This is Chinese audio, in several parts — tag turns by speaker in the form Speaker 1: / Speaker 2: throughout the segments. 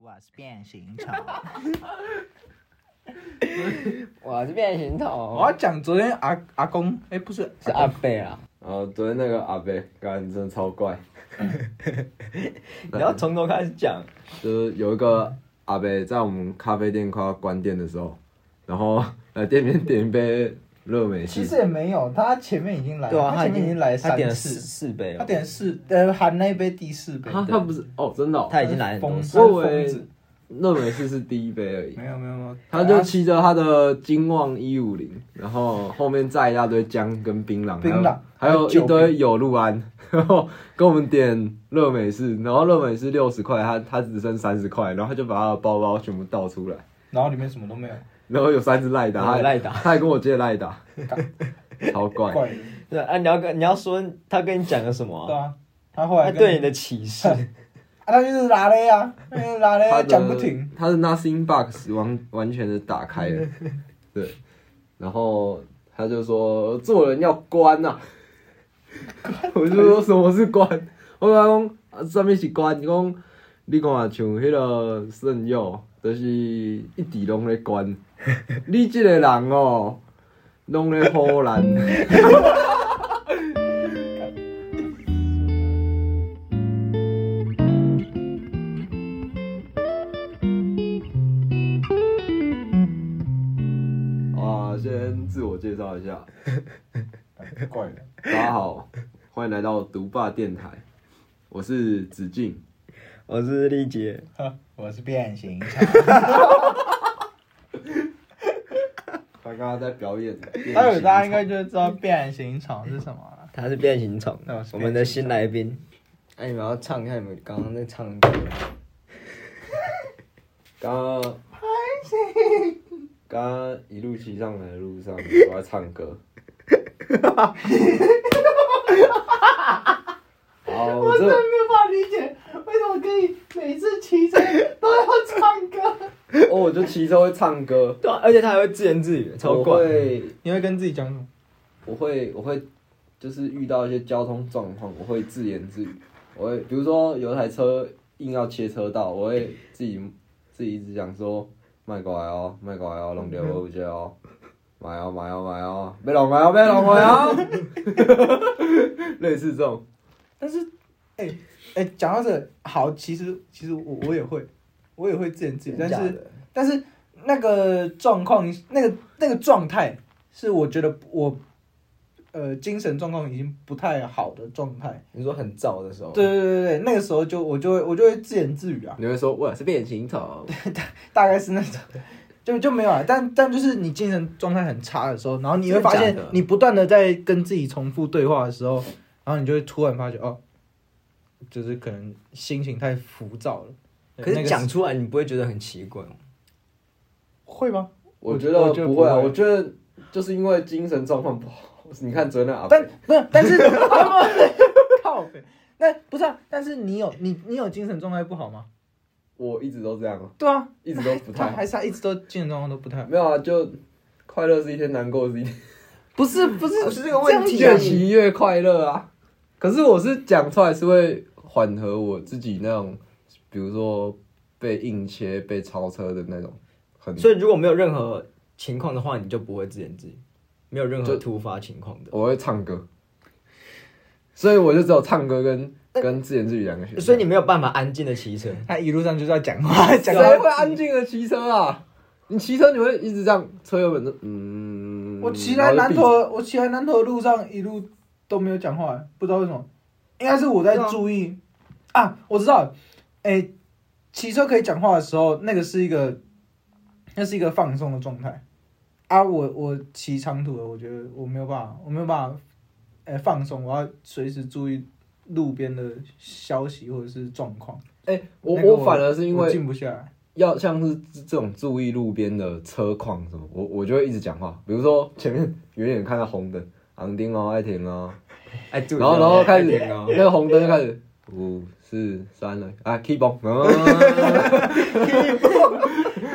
Speaker 1: 我是变形虫，
Speaker 2: 我是变形
Speaker 3: 我
Speaker 2: 虫，
Speaker 3: 要讲昨天阿阿公，哎、不是
Speaker 2: 是阿贝啊。
Speaker 4: 然后昨天那个阿贝，干真的超怪，
Speaker 2: 你要从头开始讲，
Speaker 4: 就是有一个阿贝在我们咖啡店快要关店的时候，然后 来店里面点一杯热美
Speaker 3: 其
Speaker 4: 式
Speaker 3: 实，也没有，他前面已经来，
Speaker 2: 对啊，
Speaker 3: 他前面已经来
Speaker 2: 他
Speaker 3: 三
Speaker 2: 点了四
Speaker 3: 次，
Speaker 2: 四杯
Speaker 3: 他
Speaker 2: 了，
Speaker 3: 点四，呃，含那一杯第四杯，
Speaker 4: 他他不是哦，真的、哦，
Speaker 2: 他已经来很多
Speaker 3: 疯
Speaker 2: 次
Speaker 3: 子，
Speaker 4: 我以
Speaker 3: 疯
Speaker 4: 为
Speaker 3: 子，
Speaker 4: 热美式是第一杯而已。
Speaker 3: 没有没有没有，
Speaker 4: 他就骑着他的金旺一五零，然后后面载一大堆姜跟槟榔，
Speaker 3: 槟榔
Speaker 4: 还有还
Speaker 3: 酒
Speaker 4: 有一堆有露安， 然后跟我们点热美式，然后热美式六十块，他他只剩三十块，然后他就把他的包包全部倒出来，
Speaker 3: 然后里面什么都没有，
Speaker 4: 然后有三只赖打，
Speaker 2: 有
Speaker 4: 他还
Speaker 2: 赖打
Speaker 4: 他还跟我借赖打，超怪。
Speaker 3: 怪的，
Speaker 2: 对啊，你要跟你要说他跟你讲了什么
Speaker 3: 对
Speaker 2: 啊？
Speaker 3: 啊，他后
Speaker 2: 他
Speaker 3: 来跟
Speaker 2: 对你的启 示，
Speaker 3: 啊，他就是拉嘞啊，他就是拉嘞
Speaker 4: 他
Speaker 3: 啊，
Speaker 4: 的
Speaker 3: 讲不停，，
Speaker 4: 他的 Nothing Box 完完全的打开了，对，然后他就说做人要官呐、啊，我就说什么是官？我讲什么是官？伊讲你看像迄个圣佑，就是一直拢咧官，你即个人哦，拢咧好人。啊，先自我介绍一下，
Speaker 3: 怪的，
Speaker 4: 大家好，欢迎来到独霸电台，我是子敬。
Speaker 2: 我是丽杰，
Speaker 3: 哈我是变 形虫，
Speaker 4: 他刚刚在表演，
Speaker 3: 待会大家应该就知道变形虫是什么了。
Speaker 2: 他是变形虫
Speaker 3: 那我是变形，虫
Speaker 2: 我们的新来宾。哎，你们要唱一下你们刚刚在唱的歌，
Speaker 4: 刚刚刚刚一路骑上来的路上，我在唱 歌。好，我
Speaker 3: 真的
Speaker 4: 这
Speaker 3: 没有办法理解，为什么可以每次骑车都要唱歌？
Speaker 4: 哦，我就骑车会唱歌，
Speaker 2: 对啊，而且他还会自言自语，超
Speaker 4: 我
Speaker 2: 怪。
Speaker 4: 会
Speaker 3: 你会跟自己讲什么？
Speaker 4: 我会我会就是遇到一些交通状况，我会自言自语。我会比如说有一台车硬要切车道，我会自己自己一直讲说卖过来哦，卖过来哦，弄掉我有些哦，买哦买哦买哦，别弄我哦，别弄我哦， 类似这种。
Speaker 3: 但是，哎、哎，讲、到这个好，其实其实我我也会，我也会自言自语，但
Speaker 2: 假
Speaker 3: 是
Speaker 2: 的
Speaker 3: 但是那个状况，那个那个状态是我觉得我呃精神状况已经不太好的状态。
Speaker 2: 你说很燥的时候，
Speaker 3: 对对对对，那个时候就我就会我就会自言自语啊，
Speaker 4: 你会说我是变形虫，
Speaker 3: 大概是那种。就 就没有啊，但但就是你精神状态很差的时候，然后你会发
Speaker 4: 真
Speaker 3: 现
Speaker 4: 的假的
Speaker 3: 你不断的在跟自己重复对话的时候，然后你就会突然发觉哦，就是可能心情太浮躁了。对
Speaker 2: 可
Speaker 3: 那
Speaker 2: 是
Speaker 3: 个
Speaker 2: 讲出来你不会觉得很奇怪吗？
Speaker 3: 会吗？
Speaker 4: 我
Speaker 3: 我
Speaker 4: 觉
Speaker 3: 我
Speaker 4: 得
Speaker 3: 觉得
Speaker 4: 不会啊，
Speaker 3: 不会
Speaker 4: 我觉得就是因为精神状况不好。你看昨天那阿伯
Speaker 3: 但不是， 但是靠北，那不是啊？但是你有你你有精神状态不好吗？
Speaker 4: 我一直都这样啊，
Speaker 3: 对啊，
Speaker 4: 一直都不
Speaker 3: 他
Speaker 4: 太好。
Speaker 3: 还是他一直都精神状况都不太好。
Speaker 4: 没有啊，就快乐是一天，难过是一天。
Speaker 3: 不是不哦是
Speaker 2: 是这个问题啊
Speaker 4: 越骑越快乐啊！可是我是讲出来是会缓和我自己那种，比如说被硬切、被超车的那种，很
Speaker 2: 所以如果没有任何情况的话，你就不会自言自语，没有任何
Speaker 4: 就
Speaker 2: 突发情况的。
Speaker 4: 我会唱歌，所以我就只有唱歌跟跟自言自语两个选项。
Speaker 2: 所以你没有办法安静的骑车，
Speaker 3: 他一路上就是要讲话，讲
Speaker 4: 谁会
Speaker 3: 话。
Speaker 4: 安静的骑车啊？你骑车你会一直这样，车油门的嗯，
Speaker 3: 我骑来
Speaker 4: 然后
Speaker 3: 南
Speaker 4: 就闭
Speaker 3: 头，我骑来南头的路上一路都没有讲话，不知道为什么，应该是我在
Speaker 2: 对啊
Speaker 3: 注
Speaker 4: 嗯
Speaker 3: 意啊，我知道，哎、骑车可以讲话的时候，那个是一个，那是一个放松的状态啊。我我骑长途的，我觉得我没有办法，我没有办法，哎、放松，我要随时注意路边的消息或者是状况。
Speaker 4: 哎、我
Speaker 3: 那个
Speaker 4: 我反而是因
Speaker 3: 我
Speaker 4: 为
Speaker 3: 静不下来，
Speaker 4: 要像是这种注意路边的车况什么，我我就会一直讲话，比如说前面远远看到红灯，昂丁哦，爱停哦，
Speaker 2: 哎，对
Speaker 4: 然后然后开始
Speaker 2: 哎对哦
Speaker 4: 那个红灯就开始五四三了啊，keep on，啊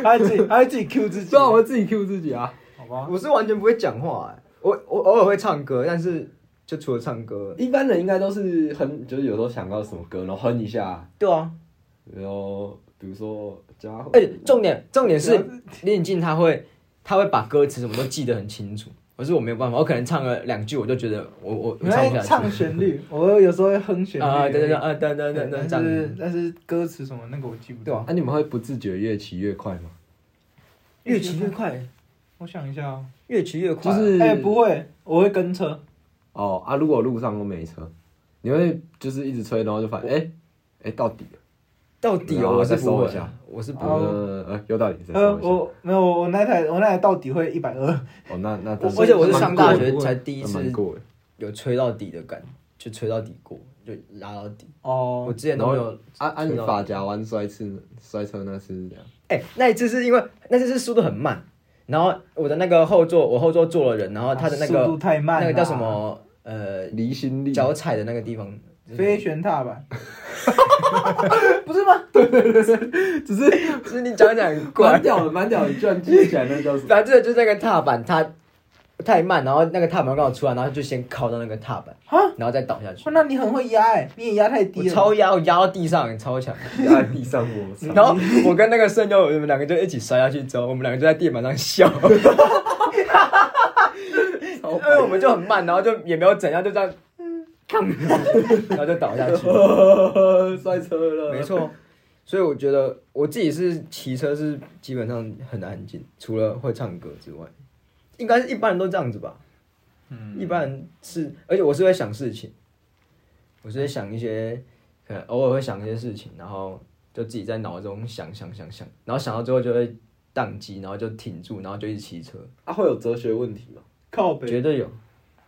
Speaker 3: 他自己他自己 Q 自己，
Speaker 4: 虽然我会自己 Q 自己啊，
Speaker 3: 好吧？
Speaker 2: 我是完全不会讲话、哎我我偶尔会唱歌，但是就除了唱歌，
Speaker 4: 一般人应该都是哼，就是有时候想到什么歌，然后哼一下，
Speaker 2: 对啊，
Speaker 4: 然后比如说家伙，
Speaker 2: 而且哎重点重点是林近他会他会把歌词什么都记得很清楚，可是我没有办法，我可能唱了两句我就觉得我我
Speaker 3: 你
Speaker 2: 我唱不
Speaker 3: 会
Speaker 2: 下去
Speaker 3: 哎唱旋律，我有时候会哼旋律
Speaker 2: 啊，对对对，啊，等等等等，这
Speaker 3: 但是
Speaker 2: 样
Speaker 3: 但是歌词什么那个我记不
Speaker 2: 对
Speaker 3: 到
Speaker 2: 啊。
Speaker 4: 啊，你们会不自觉越骑越快吗？
Speaker 2: 越骑越快，
Speaker 3: 我想一下哦，
Speaker 2: 越骑越快
Speaker 4: 就
Speaker 2: 啊，
Speaker 4: 是
Speaker 3: 哎，不会，我会跟车。
Speaker 4: 哦啊，如果路上都没车，你会就是一直吹，然后就发现哎哎到底了，
Speaker 2: 到底
Speaker 4: 然
Speaker 2: 哦，
Speaker 4: 后
Speaker 2: 我是
Speaker 4: 再
Speaker 2: 不
Speaker 4: 搜
Speaker 2: 会
Speaker 4: 一下，
Speaker 2: 我是不
Speaker 3: 哦
Speaker 2: 会。
Speaker 4: 呃呃有道理，再
Speaker 3: 呃
Speaker 4: 搜，一下。
Speaker 3: 我没有，我那台我那台到底会一百二，
Speaker 4: 哦那那真
Speaker 2: 而且我是
Speaker 4: 蛮
Speaker 2: 上大
Speaker 4: 过的
Speaker 2: 学才第一
Speaker 4: 那
Speaker 2: 次
Speaker 4: 蛮过的，
Speaker 2: 有吹到底的感，就吹到底过，就拉到底。我
Speaker 3: 哦，
Speaker 2: 之前都没有。
Speaker 4: 啊啊！
Speaker 2: 吹
Speaker 4: 你
Speaker 2: 到
Speaker 4: 发夹弯摔次摔车那次是这样，
Speaker 2: 哎、那一次是因为那次是速度很慢，然后我的那个后座，我后座坐了人，然后他的那
Speaker 3: 啊速
Speaker 2: 个
Speaker 3: 度、太慢，啊
Speaker 2: 那个叫什？么呃
Speaker 4: 离心力
Speaker 2: 脚踩的那个地方，
Speaker 3: 飞旋踏 板，不是吗？
Speaker 4: 只是
Speaker 2: 就是你讲讲很怪
Speaker 4: 蛮，屌的，蛮屌的，你居然记得起来那叫什么？
Speaker 2: 反正就是那个踏板它太慢，然后那个踏板刚好出来，然后就先靠到那个踏板，
Speaker 3: 啊，
Speaker 2: 然后再倒下去
Speaker 3: 哇。那你很会压哎，你也压太
Speaker 2: 我
Speaker 3: 低了。
Speaker 2: 超压，我压到地上，超强。
Speaker 4: 压在地上摩擦。
Speaker 2: 然后我跟那个圣佑，我们两个就一起摔下去，之后我们两个就在地板上笑，
Speaker 4: 呃
Speaker 2: 因为我们就很慢，然后就也没有怎样，就这样，看，然后就倒下去。
Speaker 4: 摔车了，
Speaker 2: 没错，所以我觉得我自己是骑车是基本上很难安静，除了会唱歌之外，应该是一般人都这样子吧。
Speaker 3: 嗯
Speaker 2: 一般人是，而且我是会想事情，我是会想一些，可能偶尔会想一些事情，然后就自己在脑中想想想想，然后想到最后就会宕机，然后就停住，然后就一直骑车，
Speaker 4: 啊，会有哲学问题吗？
Speaker 3: 靠北，
Speaker 2: 绝对有。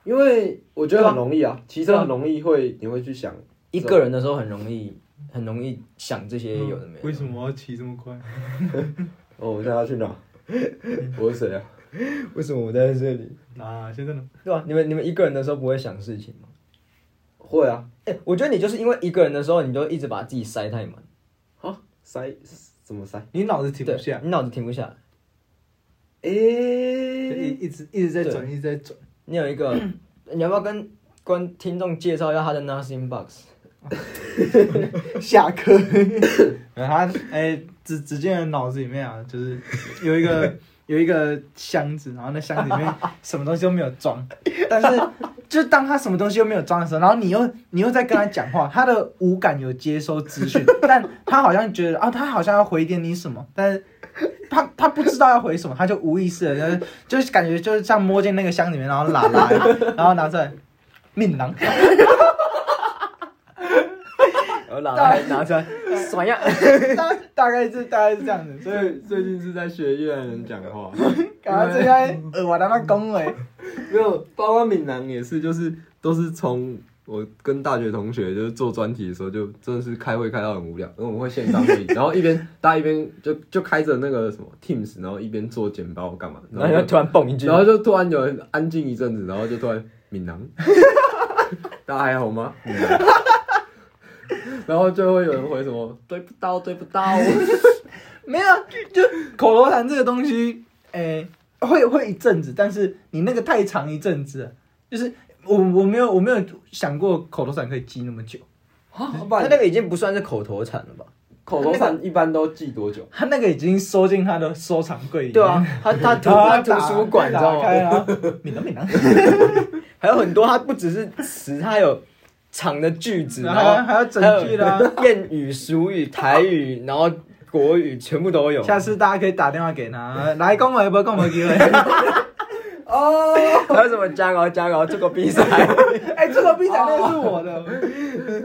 Speaker 4: 因为我觉
Speaker 2: 对
Speaker 4: 得
Speaker 2: 啊
Speaker 4: 很容易啊，骑车很容易会，你会去想，
Speaker 2: 一个人的时候很容易，很容易想这些有的没的。
Speaker 3: 嗯为什么我要骑这么快？
Speaker 4: 哦，我现在要去哪？ 我是谁啊？
Speaker 2: 为什么我在这里？
Speaker 3: 啊，先生呢？
Speaker 2: 对吧、你们你们一个人的时候不会想事情吗？
Speaker 4: 会啊，
Speaker 2: 哎、我觉得你就是因为一个人的时候，你就一直把自己塞太满，
Speaker 4: 啊，塞怎么塞？
Speaker 3: 你脑子停
Speaker 2: 对
Speaker 3: 不下，，
Speaker 2: 你脑子停不下来。
Speaker 3: 就
Speaker 4: 诶
Speaker 3: 一，一直一直在
Speaker 2: 对
Speaker 3: 转，一直在转。
Speaker 2: 你有一个， 你要不要跟观听众介绍一下他的 Nothing Box？
Speaker 3: 下课。他哎，只只见脑子里面啊，就是有一 个有一个箱子，然后那箱子里面什么东西都没有装，但是就是当他什么东西都没有装的时候，然后你又你又在跟他讲话，他的五感有接收资 讯，但他好像觉得啊，他好像要回点你什么，但是。他他不知道要回什么，他就无意识的，就是就是感觉就是像摸进那个箱里面，然后拉拉，然后拿出来，命 囊，
Speaker 2: 然后拿来拿出来，爽呀！
Speaker 3: 大大概是大概是这样子，所以
Speaker 4: 最最近是在学越南人讲话，
Speaker 3: 感觉这该呃，我他妈恭维，
Speaker 4: 没有，包括闽南也是，就是都是从我跟大学同学就是做专题的时候，就真的是开会开到很无聊，因为我们会线上会议，然后一边大家一边就就开着那个什么 Teams，然后一边做简报干嘛，
Speaker 2: 然后就突然蹦一句，
Speaker 4: 然后就突然有人安静一阵子，然后就突然闽南， 大家还好吗？闽南然后就会有人回什么对不到，对不到，
Speaker 3: 没有，啊就口头禅这个东西，诶、会会一阵子，但是你那个太长一阵子了，就是我我没有我没有想过口头禅可以记那么久，
Speaker 2: 他那个已经不算是口头禅了吧？
Speaker 4: 口头禅一般都记多久？
Speaker 3: 他那个已经收进他的收藏柜里面，
Speaker 2: 对啊，他他图他
Speaker 3: 然后
Speaker 2: 图
Speaker 3: 打
Speaker 2: 书馆，你知道
Speaker 3: 打开
Speaker 2: 吗？
Speaker 3: 啊，闽南 闽南，
Speaker 2: 还有很多，他不只是词，他有长的句子，
Speaker 3: 然
Speaker 2: 然
Speaker 3: 后还要
Speaker 2: 后
Speaker 3: 还要整句啦、
Speaker 2: 谚语、俗语、台语，然后国语全部都有。
Speaker 3: 下次大家可以打电话给他，来恭维不恭 维机会？
Speaker 4: 哦，
Speaker 2: 还有什么 加高加高这个比赛，
Speaker 3: 哎、这个 B 展那个是我的，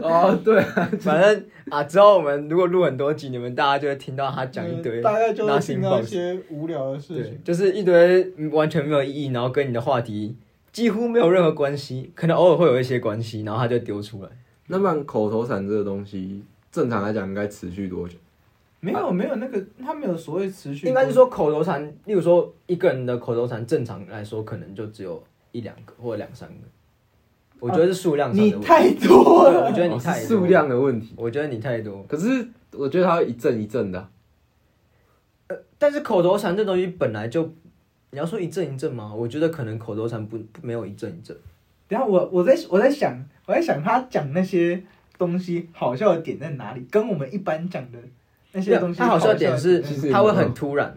Speaker 4: 哦，对啊，
Speaker 2: 反正啊，之后我们如果录很多集，你们大家就会听到他讲一堆，
Speaker 3: 大概就会听到
Speaker 2: Nothing
Speaker 3: 一
Speaker 2: Box
Speaker 3: 些无聊的事
Speaker 2: 对
Speaker 3: 情，，
Speaker 2: 就是一堆完全没有意义，然后跟你的话题几乎没有任何关系，可能偶尔会有一些关系，然后他就丢出来。
Speaker 4: 那么口头禅这个东西，正常来讲应该持续多久？
Speaker 3: 没有没有那个他没有所谓持续，
Speaker 2: 应该是说口头禅，例如说一个人的口头禅，正常来说可能就只有一两个或者两三个，我觉得是数量上
Speaker 3: 你
Speaker 2: 的问题。
Speaker 3: 太多
Speaker 2: 对
Speaker 3: 了
Speaker 2: 我。觉得啊你太
Speaker 4: 哦是
Speaker 2: 多
Speaker 4: 数量，的问题。
Speaker 2: 我觉得你太多。
Speaker 4: 可是我觉得它会一阵一阵的啊，
Speaker 2: 但是口头禅这东西本来就，你要说一阵一阵吗？我觉得可能口头禅不不没有一阵一阵。
Speaker 3: 等一下啊我我在我在想我在想他讲那些东西好笑的点在哪里，跟我们一般讲的那
Speaker 2: 没
Speaker 3: 些东
Speaker 2: 有，
Speaker 3: 西。
Speaker 2: 他好笑的点是
Speaker 4: 其实也，
Speaker 2: 他会
Speaker 4: 没有
Speaker 2: 很突然。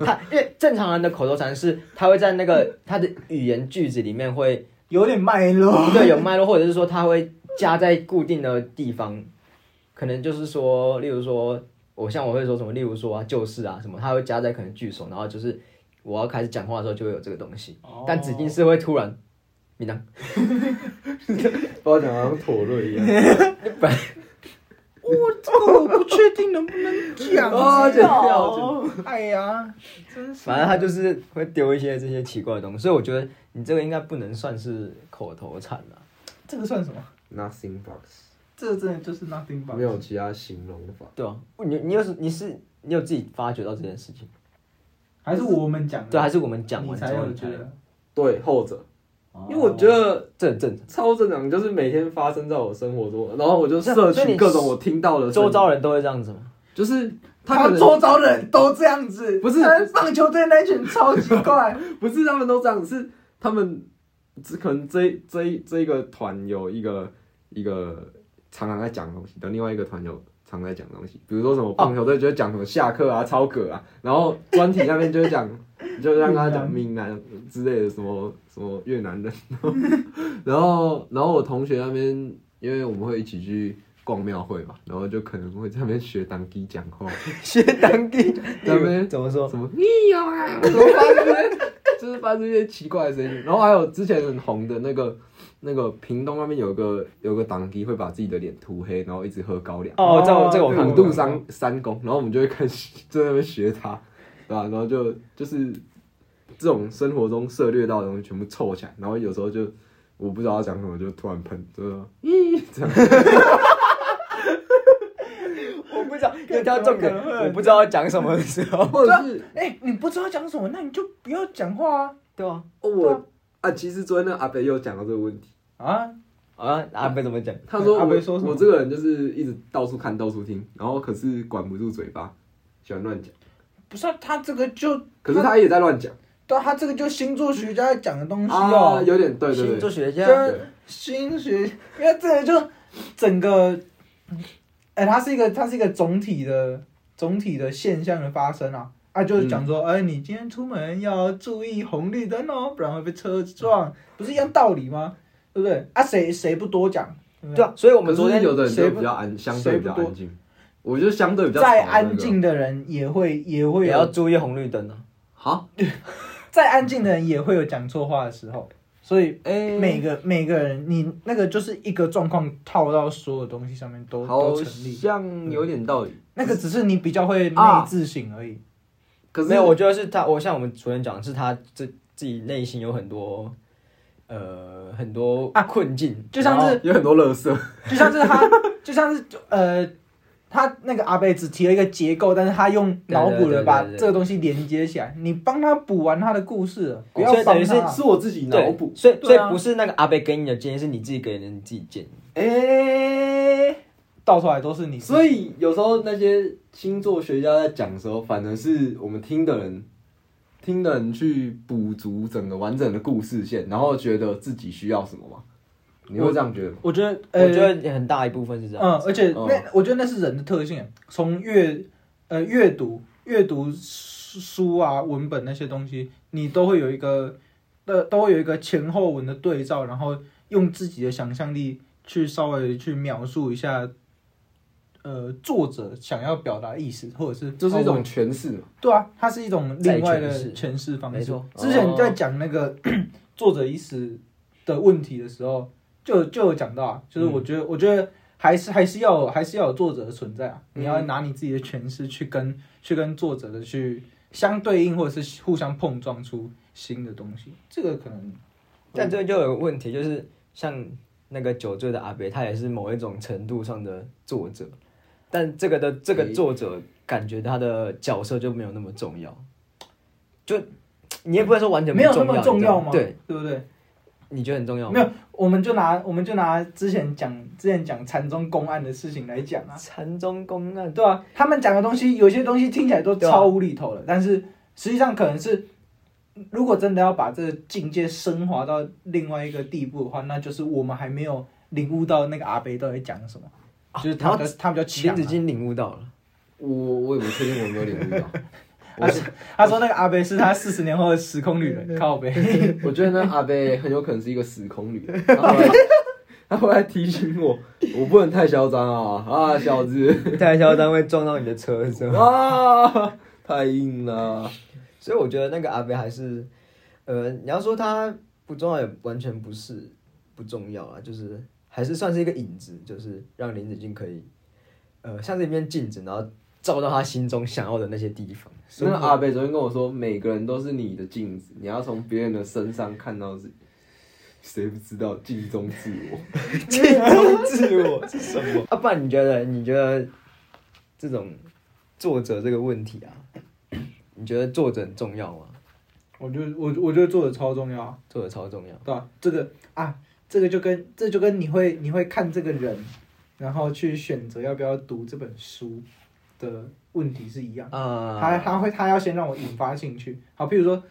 Speaker 2: 他因为正常人的口头禅是，他会在那个他的语言句子里面会
Speaker 3: 有点脉络，
Speaker 2: 对有脉络，或者是说他会加在固定的地方，可能就是说，例如说，我像我会说什么，例如说啊，就是啊什么，他会加在可能句首，然后就是我要开始讲话的时候就会有这个东西，
Speaker 3: 哦
Speaker 2: 但指定是会突然，你呢？
Speaker 4: 把我讲得好像妥瑞一样。
Speaker 3: 我哦这个我不确定能不能 讲
Speaker 4: 哦剪掉
Speaker 3: 哦哎呀，真是
Speaker 2: 反正他就是会丢一些这些奇怪的东西，所以我觉得你这个应该不能算是口头禅啊啦。
Speaker 3: 这个算什么？
Speaker 4: Nothing box
Speaker 3: 这个真的就是 nothing but
Speaker 4: 没有其他形容法，
Speaker 2: 对啊，你你有你是你有自己发觉到这件事情，
Speaker 3: 还是我们讲的，
Speaker 2: 对，还是我们讲
Speaker 3: 你
Speaker 2: 完
Speaker 3: 才
Speaker 2: 之后
Speaker 3: 有
Speaker 2: 你才
Speaker 3: 觉，得？
Speaker 4: 对后者，
Speaker 3: 哦
Speaker 4: 因为我觉得
Speaker 2: 这很正常。
Speaker 4: 超正常，就是每天发生在我生活中，然后我就
Speaker 2: 所
Speaker 4: 摄
Speaker 2: 以
Speaker 4: 取
Speaker 2: 你
Speaker 4: 各种我听到的声音，
Speaker 2: 周遭人都会这样子 吗？
Speaker 4: 就是他
Speaker 3: 他
Speaker 4: 可能
Speaker 3: 周遭人都这样子，
Speaker 4: 不是
Speaker 3: 他们棒球队那群超级怪，
Speaker 4: 不是他们都这样，是他们只可能这这一这一个团有一个一个常常在讲东西，的另外一个团有常常在讲东西，比如说什么棒球队就会讲什么下课啊、超葛啊，然后专题那边就会讲， 就让他讲闽南之类的什么什么越南人， 然后然后然后我同学那边，因为我们会一起去。逛庙会嘛，然后就可能会在那边学当地讲话，
Speaker 2: 学当地
Speaker 4: 在那 边
Speaker 2: 怎么说？
Speaker 4: 什么你有啊，怎么发出一些就是发出一些奇怪的声音，然后还有之前很红的那个那个屏东那边有个有个党基会把自己的脸涂黑，然后一直喝高粱，
Speaker 2: 哦，这我这个我
Speaker 3: 对
Speaker 2: 看
Speaker 4: 五
Speaker 2: 过
Speaker 4: 度，三三公，然后我们就会看就在那边学他，对吧、然后就就是这种生活中涉略到的东西全部凑起来，然后有时候就我不知道要讲什么，就突然喷，就说咦 这样。，
Speaker 2: 我不知道，你挑重点，我不知道要讲什么的时候
Speaker 4: 或者是
Speaker 3: 哎、你不知道讲什么，那你就不要讲话啊
Speaker 2: 对啊，
Speaker 4: 哦我啊，其实昨天那个阿北又讲到这个问题，
Speaker 3: 啊！
Speaker 2: 啊，阿北怎么讲？
Speaker 4: 他说
Speaker 3: 哎阿
Speaker 4: 我
Speaker 3: 伯说什么
Speaker 4: 我这个人就是一直到处看到处听，然后可是管不住嘴巴，喜欢乱讲。
Speaker 3: 不是、啊、他这个就，
Speaker 4: 可是他也在乱讲
Speaker 3: 对啊，他这个就星座学家讲的东西
Speaker 4: 啊，
Speaker 3: 哦，
Speaker 4: 有点对对
Speaker 2: 星座
Speaker 4: 对，
Speaker 2: 学
Speaker 3: 就
Speaker 2: 家，
Speaker 4: 对
Speaker 3: 是星学，因为这个就整个，哎、它是一个它是一个总体的总体的现象的发生啊。啊，就是讲
Speaker 4: 嗯
Speaker 3: 说，哎、你今天出门要注意红绿灯哦，不然会被车子撞，不是一样道理吗？对不对？啊，谁谁不多讲，对不
Speaker 2: 对
Speaker 3: 对？
Speaker 2: 啊，所以我
Speaker 4: 我
Speaker 2: 们昨天
Speaker 4: 有的人
Speaker 3: 谁
Speaker 4: 就
Speaker 3: 不
Speaker 4: 比较安，相对比较安静，我就相对比较吵
Speaker 3: 再
Speaker 4: 那个
Speaker 3: 安。静的人也会也会
Speaker 2: 也要
Speaker 3: 有，
Speaker 2: 注意红绿灯啊。
Speaker 4: 好，
Speaker 3: 再安静的人也会有讲错话的时候，所以
Speaker 4: 哎，
Speaker 3: 每个每个人，你那个就是一个状况套到所有东西上面都
Speaker 4: 好
Speaker 3: 都成立，
Speaker 4: 像有点道理。
Speaker 3: 那个只是你比较会内
Speaker 4: 啊
Speaker 3: 自省而已。
Speaker 4: 可是
Speaker 2: 没有，我觉得是他，我像我们昨天讲，是他自自己内心有很多，呃，很多
Speaker 3: 啊
Speaker 2: 困境，
Speaker 3: 就像是
Speaker 4: 有很多乐色，
Speaker 3: 就像是 他，就像是呃，他那个阿贝只提了一个结构，但是他用脑
Speaker 2: 对
Speaker 3: 补
Speaker 2: 对
Speaker 3: 的
Speaker 2: 对
Speaker 3: 把
Speaker 2: 对对
Speaker 3: 这个东西连接起来，你帮他补完他的故事了， 不要
Speaker 2: 所以等
Speaker 3: 帮
Speaker 2: 于是
Speaker 3: 他啊。
Speaker 4: 是我自己脑
Speaker 2: 对
Speaker 4: 补，。
Speaker 2: 所以所
Speaker 3: 对
Speaker 2: 以
Speaker 3: 啊
Speaker 2: 不是那个阿北给你的建议，是你自己给的你自己建议。
Speaker 4: 哎，
Speaker 3: 到头来都是你自己。
Speaker 4: 所以有时候那些星座学家在讲的时候，反而是我们听的人，听的人去补足整个完整的故事线，然后觉得自己需要什么吗？你会这样觉得吗？
Speaker 3: 我觉得，呃
Speaker 2: 我觉得很大一部分是这样
Speaker 3: 嗯，
Speaker 2: 子。
Speaker 3: 而且
Speaker 4: 嗯
Speaker 3: 那、我觉得那是人的特性，从阅呃阅读阅读书书啊文本那些东西，你都会有一个呃都会有一个前后文的对照，然后用自己的想象力去稍微去描述一下。呃，作者想要表达意思，或者是
Speaker 4: 就是一
Speaker 3: 哦
Speaker 4: 种诠释嘛。
Speaker 3: 我对啊，它是一种
Speaker 2: 再
Speaker 3: 另外的
Speaker 2: 诠释
Speaker 3: 诠释方式。
Speaker 2: 没错
Speaker 3: 之前
Speaker 4: 哦
Speaker 3: 在讲那个、 作者已死的问题的时候，就就有讲到啊，就是
Speaker 2: 嗯
Speaker 3: 我觉得，我觉得还是还是要有还是要有作者的存在啊，你
Speaker 2: 嗯
Speaker 3: 要拿你自己的诠释去跟去跟作者的去相对应，或者是互相碰撞出新的东西，这个可能
Speaker 2: 但这就有个问题，就是像那个酒醉的阿北，他也是某一种程度上的作者，但这个的这个作者感觉他的角色就没有那么重要，就你也不会说完全不
Speaker 3: 没有那么
Speaker 2: 重
Speaker 3: 重
Speaker 2: 要
Speaker 3: 要
Speaker 2: 你
Speaker 3: 吗？
Speaker 2: 知道对，
Speaker 3: 对不对？
Speaker 2: 你觉得很重要吗？
Speaker 3: 没有，我们就拿我们就拿之前讲之前讲禅宗公案的事情来讲啊，
Speaker 2: 禅宗公案，
Speaker 3: 对啊，他们讲的东西，有些东西听起来都
Speaker 2: 对啊
Speaker 3: 超无厘头了，但是实际上可能是，如果真的要把这个境界升华到另外一个地步的话，那就是我们还没有领悟到那个阿北到底讲什么，就是
Speaker 2: 啊
Speaker 3: 他
Speaker 2: 然
Speaker 3: 们
Speaker 2: 后
Speaker 3: 的他比较
Speaker 2: 林
Speaker 3: 强、
Speaker 2: 子
Speaker 3: 啊。
Speaker 2: 金领悟到了，
Speaker 4: 我我也不确定我有没有领悟到。我
Speaker 3: 他说他说那个阿北是他四十年后的时空旅人，靠北。
Speaker 4: 我觉得那阿贝很有可能是一个时 空旅人，他后来他后来提醒我， 我不能太嚣张啊啊，小子
Speaker 2: 太嚣张会撞到你的车是吗？
Speaker 4: 啊，太硬了。
Speaker 2: 所以我觉得那个阿飞还是，呃，你要说他不重要，也完全不是不重要啊，就是还是算是一个影子，就是让林子敬可以，呃，像是一面镜子，然后照到他心中想要的那些地方。
Speaker 4: 那个阿贝昨天跟我说，每个人都是你的镜子，你要从别人的身上看到自己。谁不知道镜中自 我？
Speaker 2: 镜中自我是什么？啊，不然你觉得？你觉得这种作者这个问题啊，你觉得作者很重要吗？
Speaker 3: 我就我我觉得做的超重要啊，
Speaker 2: 作者超重要。
Speaker 3: 对吧、这个啊，这个就跟这就跟你会你会看这个人，然后去选择要不要读这本书的问题是一样。
Speaker 2: 啊、
Speaker 3: 他他会他要先让我引发兴趣。好，譬如说，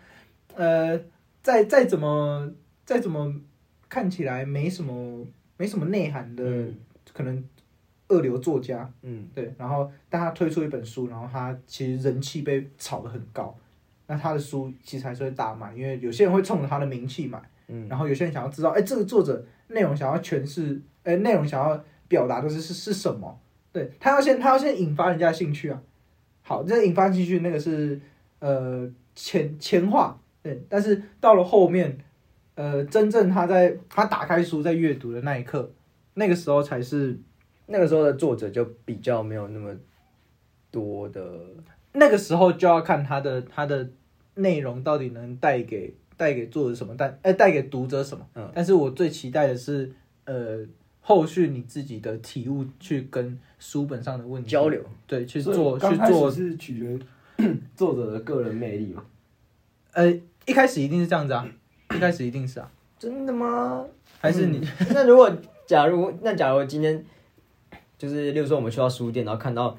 Speaker 3: 呃，再再怎么再怎么看起来没什么没什么内涵的，
Speaker 2: 嗯
Speaker 3: 可能二流作家，
Speaker 2: 嗯，
Speaker 3: 对，然后但他推出一本书，然后他其实人气被炒得很高，那他的书其实还是会大卖，因为有些人会冲着他的名气买，
Speaker 2: 嗯，
Speaker 3: 然后有些人想要知道，哎，这个作者内容想要诠释，哎，内容想要表达的是是是什么？对他要先他要先引发人家的兴趣啊。好，这引发兴趣那个是呃前前话，对，但是到了后面，呃，真正他在他打开书在阅读的那一刻，那个时候才是
Speaker 2: 那个时候的作者就比较没有那么多的
Speaker 3: 那个时候就要看他的他的内容到底能带给带给作者什么，但呃带给读者什么。
Speaker 2: 嗯
Speaker 3: 但是我最期待的是呃后续你自己的体悟去跟书本上的问题
Speaker 2: 交，流。
Speaker 3: 对，去
Speaker 4: 所以
Speaker 3: 做去
Speaker 4: 刚开始
Speaker 3: 做。
Speaker 4: 是取决于作者的个人魅 力嘛？
Speaker 3: 呃，一开始一定是这样 子啊，一开始一定是啊，
Speaker 2: 真的吗？
Speaker 3: 还
Speaker 2: 嗯
Speaker 3: 是你、
Speaker 2: 那如果假如那假如今天就是，例如说我们去到书店，然后看到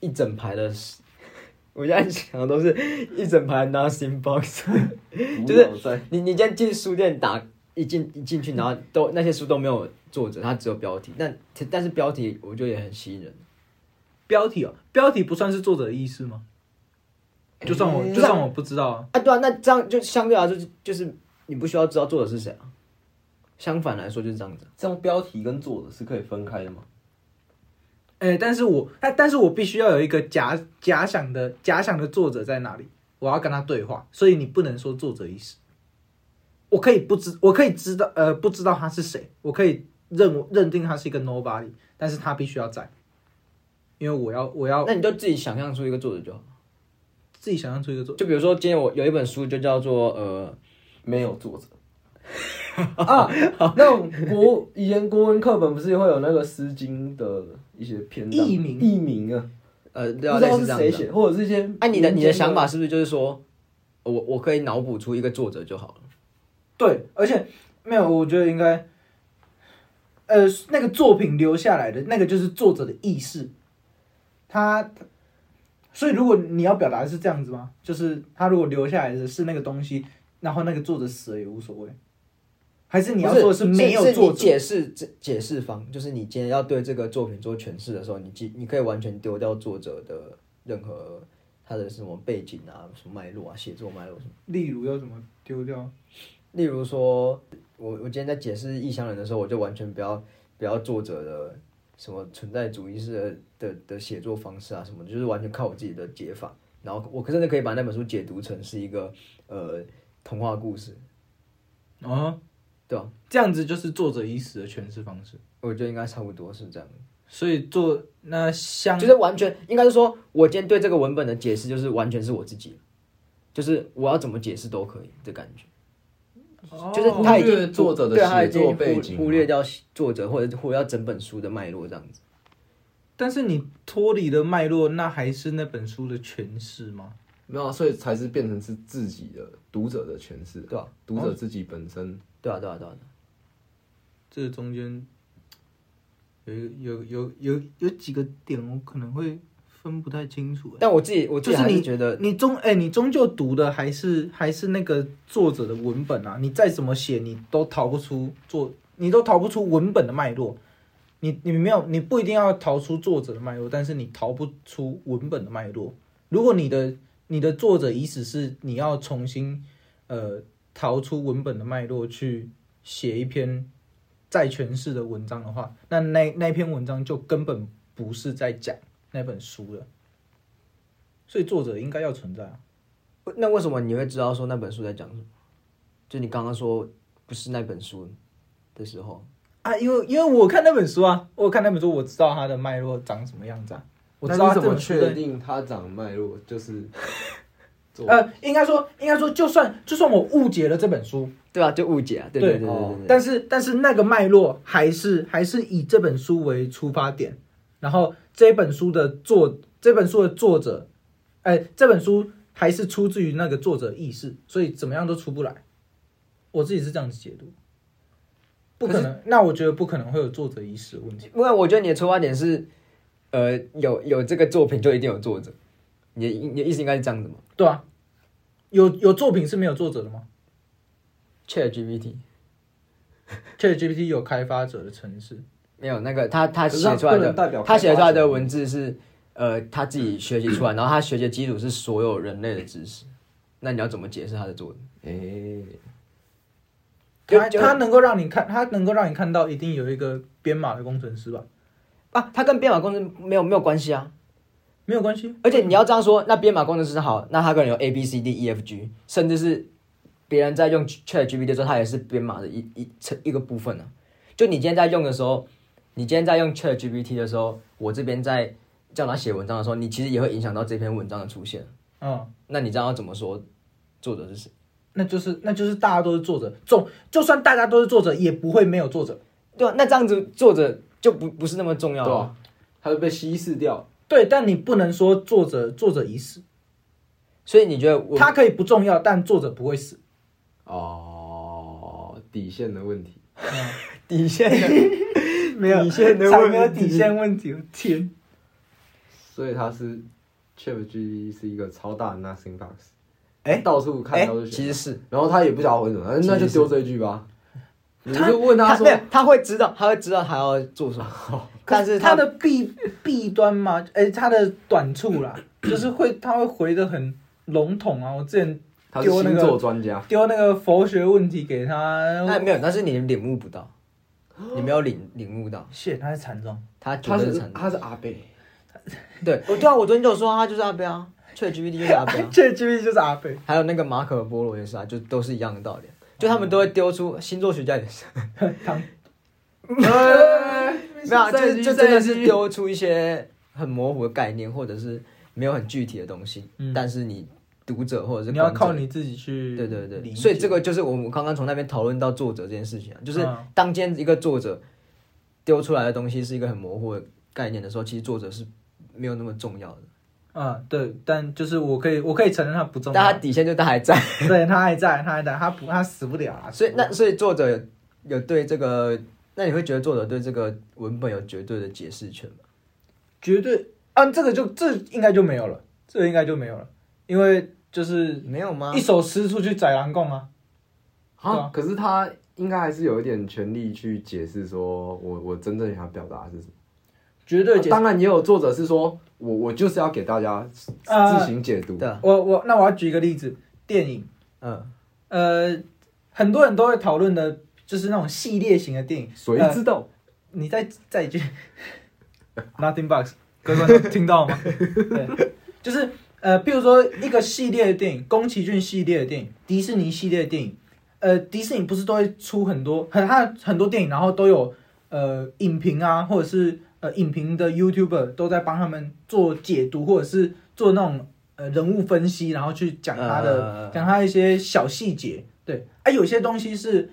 Speaker 2: 一整排的，我现在想的都是一整排的 nothing box。就是
Speaker 4: 无脑在
Speaker 2: 你你今天进书店打一进一进去，然后都那些书都没有作者，它只有标题。那但是标题我觉得也很吸引人。
Speaker 3: 标题哦？标题不算是作者的意思吗？就算我、
Speaker 4: 诶
Speaker 3: 就算我不知道啊，
Speaker 2: 啊，对啊，那这样就相对来说就就是你不需要知道作者是谁啊。相反来说就是这样子。
Speaker 4: 这样标题跟作者是可以分开的吗？
Speaker 3: 哎、但是我但但是我必须要有一个假假想的假想的作者在哪里，我要跟他对话，所以你不能说作者意识。我可以不知，我可以知道，呃，不知道他是谁，我可以认认定他是一个 nobody，但是他必须要在，因为我要我要
Speaker 2: 那你就自己想象出一个作者就好。
Speaker 3: 自己想象出一个作
Speaker 2: 就比如说今天我有一本书就叫做呃。
Speaker 4: 没有 作者啊，那种国以前国文课本不是会有那个《诗经》的一些篇章
Speaker 3: 佚名
Speaker 4: 佚名啊，
Speaker 2: 呃，对
Speaker 4: 不
Speaker 2: 啊，
Speaker 4: 知
Speaker 2: 类
Speaker 4: 道
Speaker 2: 似
Speaker 4: 是
Speaker 2: 这样
Speaker 4: 谁
Speaker 2: 子啊。
Speaker 4: 写，或者是一些
Speaker 2: 哎、你的你的
Speaker 4: 民间
Speaker 2: 想法是不是就是说，我我可以脑补出一个作者就好了？
Speaker 3: 对，而且没有，我觉得应该，呃，那个作品留下来的那个就是作者的意识，他，所以如果你要表达的是这样子吗？就是他如果留下来的是那个东西，然后那个作者死了也无所谓，还是你要说的
Speaker 2: 不是
Speaker 3: 没有
Speaker 2: 是你
Speaker 3: 作者？
Speaker 2: 解释这解释方，就是你今天要对这个作品做诠释的时候，你记你可以完全丢掉作者的任何他的什么背景啊、什么脉络啊、写作脉络什么。
Speaker 3: 例如要怎么丢掉？
Speaker 2: 例如说，我我今天在解释《异乡人》的时候，我就完全不要不要作者的什么存在主义式的的的写作方式啊什么的，就是完全靠我自己的解法。然后我真的可以把那本书解读成是一个呃童话故事，
Speaker 3: 哦，
Speaker 2: 对啊，
Speaker 3: 这样子就是作者意识的诠释方式。
Speaker 2: 我觉得应该差不多是这样。
Speaker 3: 所以做那像
Speaker 2: 就是完全应该是说，我今天对这个文本的解释就是完全是我自己，就是我要怎么解释都可以的感觉。就是
Speaker 3: 哦
Speaker 2: 他已
Speaker 4: 忽
Speaker 2: 经
Speaker 4: 略作者的
Speaker 2: 对他已
Speaker 4: 写作
Speaker 2: 经
Speaker 4: 背景
Speaker 2: 忽
Speaker 4: 吗
Speaker 2: 忽略掉作者或者忽略掉整本书的脉络这样子。
Speaker 3: 但是你脱离了脉络，那还是那本书的诠释吗？
Speaker 4: 没有啊，所以才是变成是自己的读者的诠释，
Speaker 2: 对啊，
Speaker 4: 读者自己本身
Speaker 2: 对啊，对啊，对啊。
Speaker 3: 这个中间有一有有有有几个点，我可能会分不太清楚。
Speaker 2: 但我自己我自己还
Speaker 3: 就是你
Speaker 2: 觉得，
Speaker 3: 你终哎、你终究读的还是还是那个作者的文本啊，你再怎么写，你都逃不出作，你都逃不出文本的脉络。你你没有，你不一定要逃出作者的脉络，但是你逃不出文本的脉络。如果你的你的作者意思是你要重新呃逃出文本的脉络去写一篇债权式的文章的话，那那那篇文章就根本不是在讲那本书了。所以作者应该要存在啊，
Speaker 2: 那为什么你会知道说那本书在讲什么？就你刚刚说不是那本书的时候，
Speaker 3: 啊因为因为我看那本书啊，我有看那本书，我知道它的脉络长什么样子啊，我知道它
Speaker 4: 那你
Speaker 3: 这
Speaker 4: 怎么
Speaker 3: 本书的
Speaker 4: 确定它长脉络？就是
Speaker 3: 呃，应该说，应该说，就算就算我误解了这本书，
Speaker 2: 对啊，就误解啊，对对
Speaker 3: 对
Speaker 2: 对对
Speaker 4: 哦
Speaker 2: 对对。
Speaker 3: 但是但是那个脉络还是还是以这本书为出发点，然后这本书的作这本书的作者，哎、这本书还是出自于那个作者意识，所以怎么样都出不来。我自己是这样子解读，不可能。那我觉得不可能会有作者意识的问题。
Speaker 2: 因为我觉得你的出发点是，呃，有有这个作品就一定有作者，你的你的意思应该是这样子嘛
Speaker 3: 对啊，有有作品是没有作者的吗
Speaker 2: ？ChatGPT
Speaker 3: ？ChatGPT 有开发者的城市，
Speaker 2: 没有那个他他
Speaker 4: 可
Speaker 2: 写
Speaker 4: 是它
Speaker 2: 出来
Speaker 4: 不
Speaker 2: 的
Speaker 4: 能代表
Speaker 2: 他写出来
Speaker 4: 开发
Speaker 2: 的
Speaker 4: 者
Speaker 2: 文字是呃他自己学习出来，然后他学习的基础是所有人类的知识。那你要怎么解释他的作者？
Speaker 4: 诶，
Speaker 2: 就
Speaker 3: 它
Speaker 2: 就
Speaker 3: 它能够让你看，它能够让你看到一定有一个编码的工程师吧？
Speaker 2: 啊，他跟编码工程没有没有关系啊。
Speaker 3: 没有关系，
Speaker 2: 而且你要这样说，那编码工程师好，那他可能有 A B C D E F G，甚至是别人在用 Chat GPT 的时候，他也是编码的一一成一个部分呢、啊。就你今天在用的时候，你今天在用 Chat GPT 的时候，我这边在叫他写文章的时候，你其实也会影响到这篇文章的出现。
Speaker 3: 嗯，
Speaker 2: 那你这样要怎么说作者是谁？
Speaker 3: 那就是那就是大家都是作者，总就算大家都是作者，也不会没有作者。
Speaker 2: 对啊，那这样子作者就不不是那么重要
Speaker 4: 对
Speaker 2: 了。
Speaker 4: 啊，它就被稀释掉。
Speaker 3: 对，但你不能说作者作者已死，
Speaker 2: 所以你觉得我
Speaker 3: 他可以不重要，但作者不会死。
Speaker 4: 哦，底线的问题。
Speaker 2: 底线的
Speaker 3: 没
Speaker 2: 有
Speaker 3: 底线的
Speaker 2: 才
Speaker 3: 问
Speaker 2: 没有
Speaker 3: 题
Speaker 2: 底线
Speaker 3: 问题，我天！
Speaker 4: 所以它是 ChatGPT 是一个超大的 Nothing Box，
Speaker 2: 哎
Speaker 3: 诶
Speaker 4: 到处看到就
Speaker 2: 其
Speaker 4: 选。
Speaker 2: 实是
Speaker 4: 然后他也不晓得回什么，哎那就丢这一句吧。你
Speaker 3: 他
Speaker 4: 就问他说
Speaker 2: 没，有，他会知道，他会知道他要做 什么，但是
Speaker 3: 他
Speaker 2: 他
Speaker 3: 的弊弊端嘛，哎，他的短处啦，就是会他会回的很笼统啊。我之前
Speaker 4: 他是
Speaker 3: 丢那
Speaker 4: 星
Speaker 3: 个
Speaker 4: 座专家，
Speaker 3: 丢那个佛学问题给他，
Speaker 2: 那哎没有，但是你领悟不到，你没有领领悟到，
Speaker 3: 谢他是禅宗。
Speaker 2: 他绝
Speaker 4: 他
Speaker 2: 对
Speaker 4: 是
Speaker 2: 成
Speaker 4: 他是阿贝，
Speaker 2: 对，我对啊，我昨天就有说啊他就是阿贝啊，ChatGPT 就是阿贝 啊，
Speaker 3: 这 GPT 就是阿飞，
Speaker 2: 还有那个马可波罗也是啊，就都是一样的道理，就他们都会丢出星座学家也是，
Speaker 3: 唐
Speaker 2: 没有啊，就
Speaker 4: 再
Speaker 2: 是
Speaker 4: 继续
Speaker 2: 就真的
Speaker 4: 再继
Speaker 2: 是
Speaker 4: 续
Speaker 2: 丢出一些很模糊的概念，或者是没有很具体的东西，
Speaker 3: 嗯
Speaker 2: 但是你读者或者是
Speaker 3: 你要
Speaker 2: 观者
Speaker 3: 靠你自己去
Speaker 2: 对对对，
Speaker 3: 理解
Speaker 2: 所以这个就是我们刚刚从那边讨论到作者这件事情啊，就是
Speaker 3: 嗯
Speaker 2: 当今天一个作者丢出来的东西是一个很模糊的概念的时候，其实作者是没有那么重要的，
Speaker 3: 嗯对，但就是我可以我可以承认他不重
Speaker 2: 但他
Speaker 3: 要，
Speaker 2: 底线就他还在，
Speaker 3: 对他还在他还在，他不他死不了啊，
Speaker 2: 所以那所以作者有有对这个，那你会觉得作者对这个文本有绝对的解释权吗？
Speaker 3: 绝对啊这个就这应该就没有了，这个应该就没有了，因为就是
Speaker 2: 没有吗
Speaker 3: 一？首诗出去宰狼共啊，对
Speaker 4: 啊
Speaker 3: 啊，
Speaker 4: 可是他应该还是有一点权利去解释说我我真正想表达的是什么。
Speaker 3: 绝
Speaker 2: 哦
Speaker 3: 对解
Speaker 4: 当然也有作者是说我我就是要给大家自行解读。
Speaker 2: 对啊，
Speaker 3: 我我那我要举一个例子，电影
Speaker 2: 嗯，
Speaker 3: 呃很多人都会讨论的，就是那种系列型的电影，
Speaker 4: 谁
Speaker 3: 呃
Speaker 4: 知道？
Speaker 3: 你再再一句 ，Nothing Box，各位观众听到吗？对，就是呃，譬如说一个系列的电影，宫崎骏系列的电影，迪士尼系列的电影，呃，迪士尼不是都会出很多很它很多电影，然后都有呃影评啊，或者是呃影评的 YouTuber 都在帮他们做解读，或者是做那种呃人物分析，然后去讲他的
Speaker 2: 呃
Speaker 3: 讲它一些小细节。对，哎、有些东西是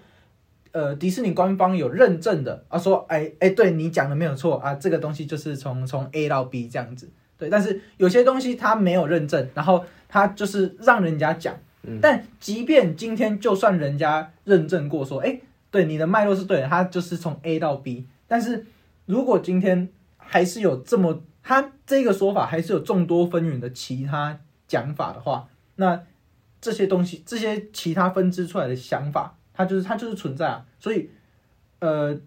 Speaker 3: 呃迪士尼官方有认证的啊，说哎哎，对你讲的没有错啊，这个东西就是从从 A 到 B 这样子。对，但是有些东西它没有认证，然后它就是让人家讲。
Speaker 4: 嗯
Speaker 3: 但即便今天就算人家认证过说，哎，对你的脉络是对的，它就是从 A 到 B，但是如果今天还是有这么它这个说法还是有众多纷纭的其他讲法的话，那这些东西，这些其他分支出来的想法，它就是它就是存在啊。所以，呃，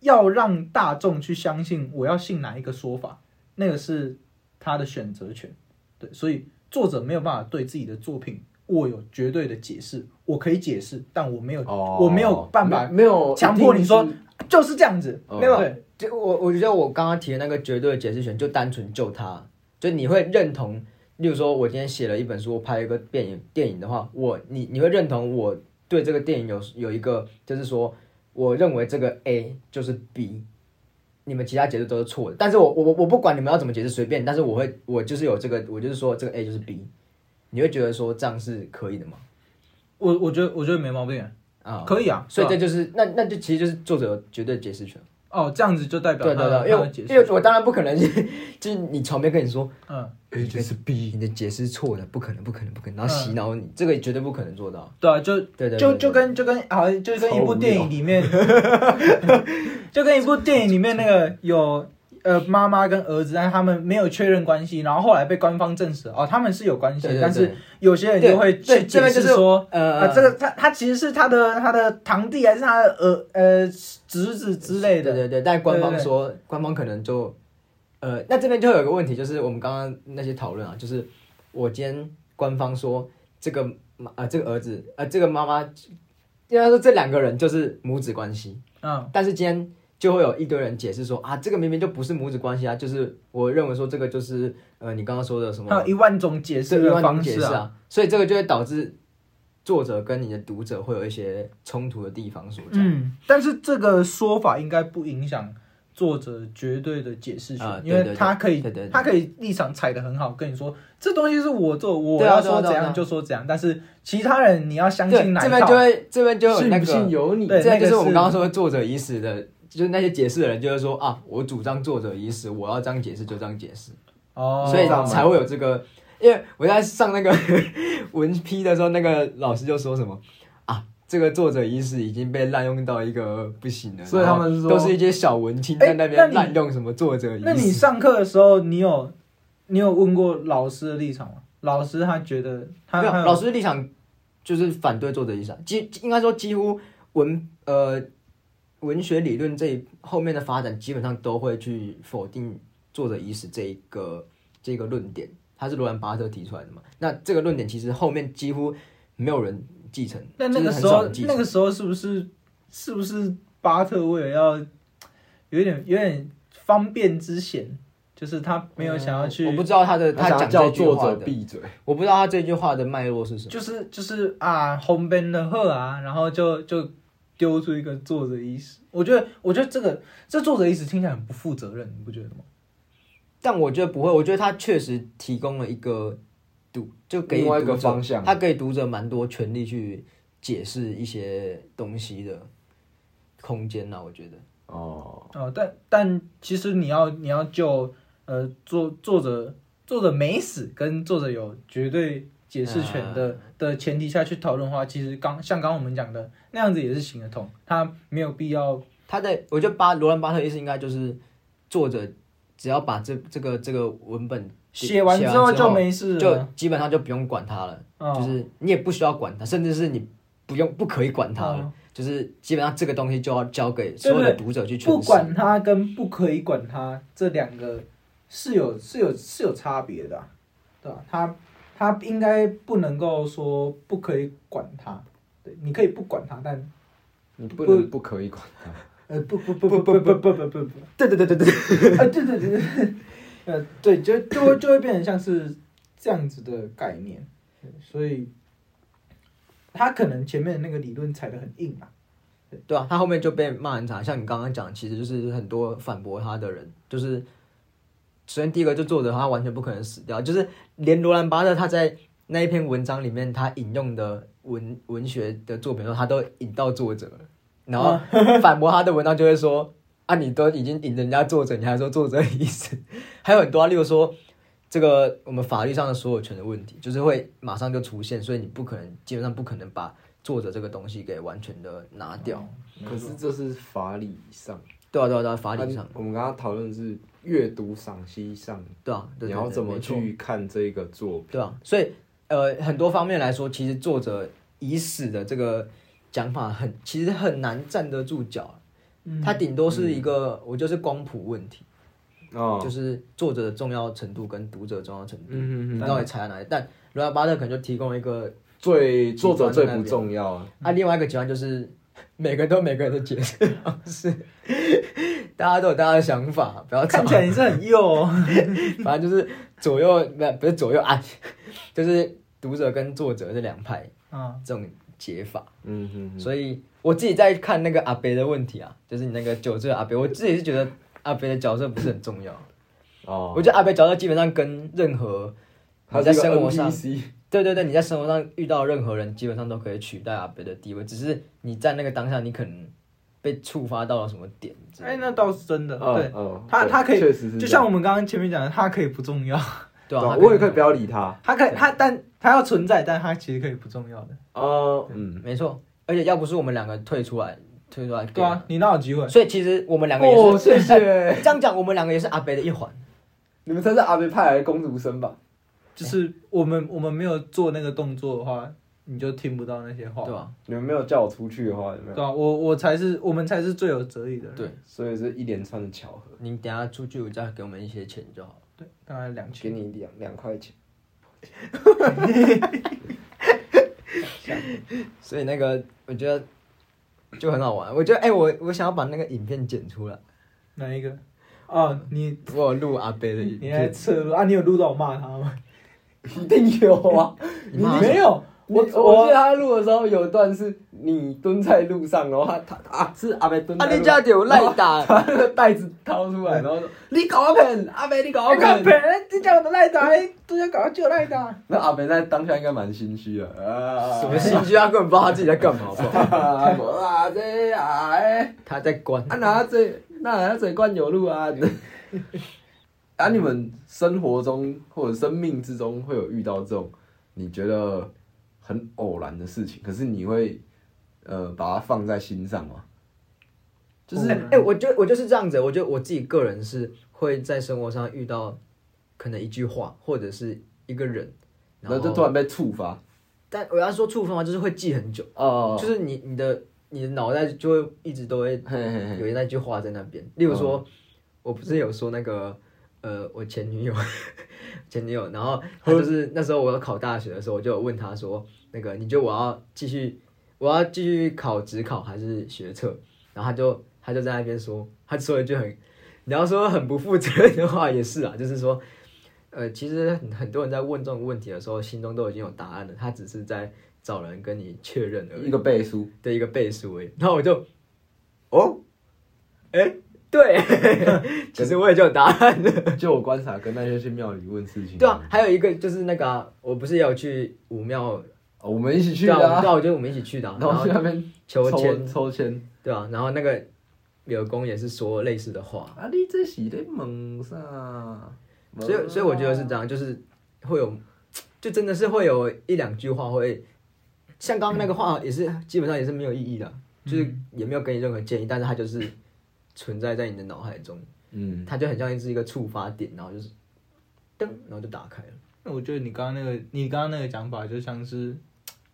Speaker 3: 要让大众去相信我要信哪一个说法，那个是他的选择权。对，所以作者没有办法对自己的作品握有绝对的解释。我可以解释，但我没有，
Speaker 2: 呃
Speaker 4: 哦，
Speaker 3: 我没有办法
Speaker 4: 没没有
Speaker 3: 强迫你说
Speaker 4: 一定是
Speaker 3: 就是这样子。
Speaker 4: 哦
Speaker 2: 没有
Speaker 3: 对，
Speaker 2: 就我我觉得我刚刚提的那个绝对的解释权，就单纯就他，就你会认同，例如说我今天写了一本书，我拍了一个电影电影的话，我你你会认同我对这个电影有有一个，就是说我认为这个 A 就是 B，你们其他解释都是错的，但是我我我我不管你们要怎么解释随便，但是我会我就是有这个，我就是说这个 A 就是 B，你会觉得说这样是可以的吗？
Speaker 3: 我我觉得我觉得没毛病，
Speaker 2: 啊、
Speaker 3: 可以啊。
Speaker 2: 所以
Speaker 3: 对
Speaker 2: 这就是那那就其实就是作者有绝对解释权。
Speaker 3: 吧哦，这样子就 代表
Speaker 2: 对
Speaker 3: 他
Speaker 2: 对
Speaker 3: 的
Speaker 2: 对，因
Speaker 3: 他
Speaker 2: 为
Speaker 3: 的解
Speaker 2: 因为
Speaker 3: 释。
Speaker 2: 我当然不可能是，就是你床边跟你说
Speaker 3: 嗯，
Speaker 4: A 就是 B，
Speaker 2: 你的解释错了，不可能，不可能，不可能，然后
Speaker 3: 嗯
Speaker 2: 洗脑你，这个绝对不可能做到。
Speaker 3: 对啊，就
Speaker 2: 对对，
Speaker 3: 就
Speaker 2: 对
Speaker 3: 就跟就跟好，就跟一部电
Speaker 2: 哦
Speaker 3: 影里面， 就跟一部电影里面那个有呃妈妈跟儿子，但是他们没有确认关系，然后后来被官方证实哦，他们是有关系
Speaker 2: 对对
Speaker 3: 的，
Speaker 2: 对
Speaker 3: 但是有些人就会
Speaker 2: 对
Speaker 3: 去
Speaker 2: 这
Speaker 3: 解
Speaker 2: 边就
Speaker 3: 释
Speaker 2: 是
Speaker 3: 说。
Speaker 2: 呃
Speaker 3: 啊，这个他他其实是他的他的堂弟还是他的儿呃侄子之类
Speaker 2: 对
Speaker 3: 的，
Speaker 2: 对对，但官方
Speaker 3: 对对对
Speaker 2: 说官方可能就呃，那这边就有一个问题，就是我们刚刚那些讨论啊，就是我今天官方说这个妈啊这个儿子啊这个妈妈，应该说这两个人就是母子关系，
Speaker 3: 嗯，
Speaker 2: 但是今天就会有一堆人解释说啊，这个明明就不是母子关系啊，就是我认为说这个就是呃你刚刚说的什么
Speaker 3: 还有一万种解释
Speaker 2: 这个
Speaker 3: 的
Speaker 2: 方
Speaker 3: 方
Speaker 2: 解
Speaker 3: 式
Speaker 2: 释
Speaker 3: 啊，
Speaker 2: 啊，所以这个就会导致作者跟你的读者会有一些冲突的地方所在。
Speaker 3: 嗯，但是这个说法应该不影响作者绝对的解释权，
Speaker 2: 啊对
Speaker 3: 因
Speaker 2: 对
Speaker 3: 为
Speaker 2: 对
Speaker 3: 他可以
Speaker 2: 对对对
Speaker 3: 他可以立场踩得很好，跟你说这东西是我做，我
Speaker 2: 对啊
Speaker 3: 要
Speaker 2: 对啊
Speaker 3: 说
Speaker 2: 对啊
Speaker 3: 怎样就说怎样，但是其他人你要相
Speaker 2: 对，
Speaker 3: 信哪
Speaker 2: 这
Speaker 3: 一
Speaker 2: 边
Speaker 3: 套
Speaker 2: 就会这边就有那
Speaker 4: 信
Speaker 2: 个，
Speaker 4: 不信由你，
Speaker 3: 对
Speaker 2: 这边就是我
Speaker 3: 那个
Speaker 2: 们
Speaker 3: 是
Speaker 2: 刚刚说的作者已死的，就是那些解释的人就会说啊，我主张作者已死，我要这样解释就这样解释，
Speaker 3: 哦，
Speaker 2: 所以
Speaker 4: 知道吗
Speaker 2: 才会有这个。因为我在上那个 文批的时候，那个老师就说什么啊，这个作者已死已经被滥用到一个不行了，
Speaker 4: 所以他们
Speaker 2: 然后
Speaker 4: 说
Speaker 2: 都是一些小文青
Speaker 3: 哎
Speaker 2: 在那
Speaker 3: 那
Speaker 2: 边
Speaker 3: 你
Speaker 2: 滥用什么作者已死。
Speaker 3: 那你上课的时候，你有你有问过老师的立场吗？老师他觉得他
Speaker 2: 没有
Speaker 3: 他有
Speaker 2: 老师的立场就是反对作者意思啊，几应该说几乎文呃文学理论这一后面的发展，基本上都会去否定作者意识这一个这个论点，它是罗兰巴特提出来的嘛。那这个论点其实后面几乎没有人继承，
Speaker 3: 那那
Speaker 2: 就
Speaker 3: 个
Speaker 2: 是很
Speaker 3: 时
Speaker 2: 少
Speaker 3: 候
Speaker 2: 人继承
Speaker 3: 那个时候是不是是不是巴特为了要有点有点方便之嫌，就是他没有想要去，
Speaker 2: 嗯我不知道他的他
Speaker 4: 想要
Speaker 2: 讲
Speaker 4: 叫
Speaker 2: 这句
Speaker 4: 作
Speaker 2: 话
Speaker 4: 者
Speaker 2: 的，
Speaker 4: 闭嘴，
Speaker 2: 我不知道他这句话的脉络是什么。
Speaker 3: 就是就是啊红边的鹤啊，然后就就丢出一个作者意识。我觉得我觉得这个这作者意识听起来很不负责任，你不觉得吗？
Speaker 2: 但我觉得不会，我觉得他确实提供了一个读，就给
Speaker 4: 另外一
Speaker 2: 读
Speaker 4: 个
Speaker 2: 者
Speaker 4: 方向
Speaker 2: 他给读者蛮多权利去解释一些东西的空间呐、我觉得，
Speaker 4: 哦，
Speaker 3: 哦，但但其实你要你要就呃作作者作者没死跟作者有绝对解释权的、的前提下去讨论的话，其实刚像刚刚我们讲的那样子也是行得通，他没有必要
Speaker 2: 他的我觉得巴罗兰巴特的意思应该就是作者只要把这这个这个文本
Speaker 3: 写完之后就没事
Speaker 2: 就
Speaker 3: 了，
Speaker 2: 基本上就不用管它了，
Speaker 3: 哦
Speaker 2: 就是你也不需要管它，甚至是你不用不可以管它了，
Speaker 3: 哦
Speaker 2: 就是基本上这个东西就要交给所有的
Speaker 3: 对
Speaker 2: 读者去诠释。
Speaker 3: 不管他跟不可以管他这两个是有是有是有差别的啊、对吧、他他应该不能够说不可以管他，对，你可以不管他，但
Speaker 4: 你不能不可以管他，
Speaker 3: 呃不不不不不不不不不不。
Speaker 2: 对对对对对。
Speaker 3: 啊，对对对对，呃，对，就就会就会变成像是这样子的概念，对所以他可能前面的那个理论踩得很硬啊，
Speaker 2: 对啊，他后面就被骂很惨。像你刚刚讲，其实就是很多反驳他的人，就是首先第一个就作者他完全不可能死掉，就是连罗兰巴特他在那一篇文章里面他引用的文文学的作品中，他都引到作者了，然后反驳他的文章就会说啊，你都已经引人家作者，你还说作者已死， 还有很多、啊，例如说。这个我们法律上的所有权的问题，就是会马上就出现，所以你不可能，基本上不可能把作者这个东西给完全的拿掉。
Speaker 3: 嗯
Speaker 4: 可是这是法理上，
Speaker 2: 对啊，对啊，对啊，法理上，
Speaker 4: 我们刚刚讨论的是阅读赏析上，
Speaker 2: 对啊，对
Speaker 4: 你
Speaker 2: 对
Speaker 4: 要
Speaker 2: 对
Speaker 4: 怎么
Speaker 2: 没错
Speaker 4: 去看这个作品？
Speaker 2: 对啊，所以呃，很多方面来说，其实作者已死的这个讲法很，其实很难站得住脚。
Speaker 3: 嗯
Speaker 2: 它顶多是一个，我就是光谱问题，
Speaker 4: 哦，
Speaker 2: 就是作者的重要程度跟读者的重要程度，
Speaker 4: 嗯
Speaker 2: 你
Speaker 4: 嗯嗯，
Speaker 2: 到底踩在哪里？但罗兰巴特可能就提供了一个，
Speaker 4: 最作者最不重要啊，
Speaker 3: 嗯
Speaker 2: 啊，另外一个极端就是 每个人都有每个人的解释方式， 大家都有大家的想法，不要吵
Speaker 3: 看。起来你是很幼哦，
Speaker 2: 反正就是左右，不不是左右啊， 就是读者跟作者这两派
Speaker 3: 啊，
Speaker 2: 这种解法。
Speaker 4: 嗯嗯嗯，
Speaker 2: 所以我自己在看那个阿北的问题啊，就是你那个酒醉的阿北，我自己是觉得阿北的角色不是很重要。
Speaker 4: 哦，
Speaker 2: 我觉得阿北角色基本上跟任何
Speaker 4: 他
Speaker 2: 你
Speaker 4: 是
Speaker 2: 在
Speaker 4: 一个
Speaker 2: 生活上，
Speaker 4: NPC
Speaker 2: 对对对，你在生活上遇到任何人，基本上都可以取代阿北的地位，只是你在那个当下，你可能被触发到了什么点之类的。
Speaker 3: 哎，那倒是真的，
Speaker 4: 嗯
Speaker 3: 对，
Speaker 4: 嗯
Speaker 3: 他
Speaker 4: 对
Speaker 3: 他可以
Speaker 4: 确实是这样，
Speaker 3: 就像我们刚刚前面讲的，他可以不重要，
Speaker 2: 对啊，
Speaker 4: 对啊
Speaker 2: 他
Speaker 4: 我也可以不要理他，
Speaker 3: 他可以他但他要存在，但他其实可以不重要的，
Speaker 4: 哦，嗯，
Speaker 2: 没错，而且要不是我们两个退出来，退出来，
Speaker 3: 对啊，，你哪有机会？
Speaker 2: 所以其实我们两个也
Speaker 4: 哦，
Speaker 2: 是，
Speaker 4: 谢谢，
Speaker 2: 这样讲，我们两个也是阿北的一环。
Speaker 4: 你们才是阿贝派来的公读生吧？
Speaker 3: 就是我们我们没有做那个动作的话，你就听不到那些话，
Speaker 2: 对吧、
Speaker 4: 你们没有叫我出去的话，有没
Speaker 3: 对啊吧？
Speaker 4: 有？
Speaker 3: 我我才是我们才是最有哲理的人，
Speaker 2: 对
Speaker 4: 所以是一连串的巧合，
Speaker 2: 你等一下出去，我再给我们一些钱就好了。
Speaker 3: 对，大概两
Speaker 4: 给
Speaker 3: 千，
Speaker 4: 你两两块钱。
Speaker 2: 所以那个我觉得就很好玩。我觉得哎、我我想要把那个影片剪出来，
Speaker 3: 哪一个？哦，你
Speaker 2: 我有录阿贝的影
Speaker 3: 你在
Speaker 2: 片。
Speaker 3: 侧录啊？你有录到我骂他吗？
Speaker 4: 一定有啊！
Speaker 2: 你骂他
Speaker 3: 没有，
Speaker 4: 我
Speaker 3: 我
Speaker 4: 我记
Speaker 3: 我
Speaker 4: 得他录的时候有一段是你蹲在路上，然后他他啊是阿贝蹲在
Speaker 2: 啊，你
Speaker 4: 路上，
Speaker 2: 家有赖 打，
Speaker 4: 把那个袋子掏出来，然后说 你搞阿本，阿贝你搞阿
Speaker 3: 我看别
Speaker 4: 本。
Speaker 3: 人你叫我的赖打，都要搞就赖打，
Speaker 4: 那阿贝在当下应该蛮心虚的啊，
Speaker 2: 什么心机？他根本不知道他自己在干嘛，好不好？
Speaker 4: 啊？无啦这啊哎，
Speaker 2: 他在关
Speaker 4: 啊哪这那哪这灌牛路啊？ 啊，你们生活中或者生命之中会有遇到这种你觉得很偶然的事情，可是你会呃把它放在心上吗？
Speaker 2: 就是哎、我就我就是这样子，我觉得我自己个人是会在生活上遇到可能一句话或者是一个人，
Speaker 4: 然后就突然被触发，
Speaker 2: 但我要说触发就是会记很久，
Speaker 4: 哦，
Speaker 2: 就是你你的你的脑袋就会一直都会
Speaker 4: 嘿嘿嘿，嗯
Speaker 2: 有那句话在那边。例如说，我不是有说那个呃，我前女友， 前女友，然后她
Speaker 4: 嗯
Speaker 2: 就是那时候我要考大学的时候，我就有问她说，那个你觉得我要继续，我要继续考职考还是学测？然后她就她就在那边说，她说了一句很，你要说很不负责任的话也是啊，就是说。呃，其实很很多人在问这种问题的时候，心中都已经有答案了，他只是在找人跟你确认而已
Speaker 4: 一。个背书，
Speaker 2: 的一个倍数而已。然后我就，哦，哎、对， 其实我也就有答案了。
Speaker 4: 就我观察，跟那些去庙里问事情，
Speaker 2: 对啊，，还有一个就是那个啊、我不是也有去武庙，
Speaker 4: 哦我们一起去
Speaker 2: 对啊，我
Speaker 4: 的
Speaker 2: 们
Speaker 4: 啊，
Speaker 2: 对啊，我觉得我们一起去的啊、然
Speaker 4: 然后
Speaker 2: 后
Speaker 4: 去那边
Speaker 2: 求
Speaker 4: 签
Speaker 2: 签，
Speaker 4: 抽签，
Speaker 2: 对啊，然后那个柳公也是说类似的话，
Speaker 4: 啊，你这是在问啥？哦
Speaker 2: 所以所以我觉得是这样，就是会有，就真的是会有一两句话会，像刚刚那个话也是基本上也是没有意义的，就是
Speaker 4: 嗯
Speaker 2: 也没有给你任何建议，但是它就是存在在你的脑海中。
Speaker 4: 嗯，
Speaker 2: 它就很像是一个触发点，然后就是噔，然后就打开了。
Speaker 3: 那我觉得你刚刚那个，你刚刚那个讲法，就像是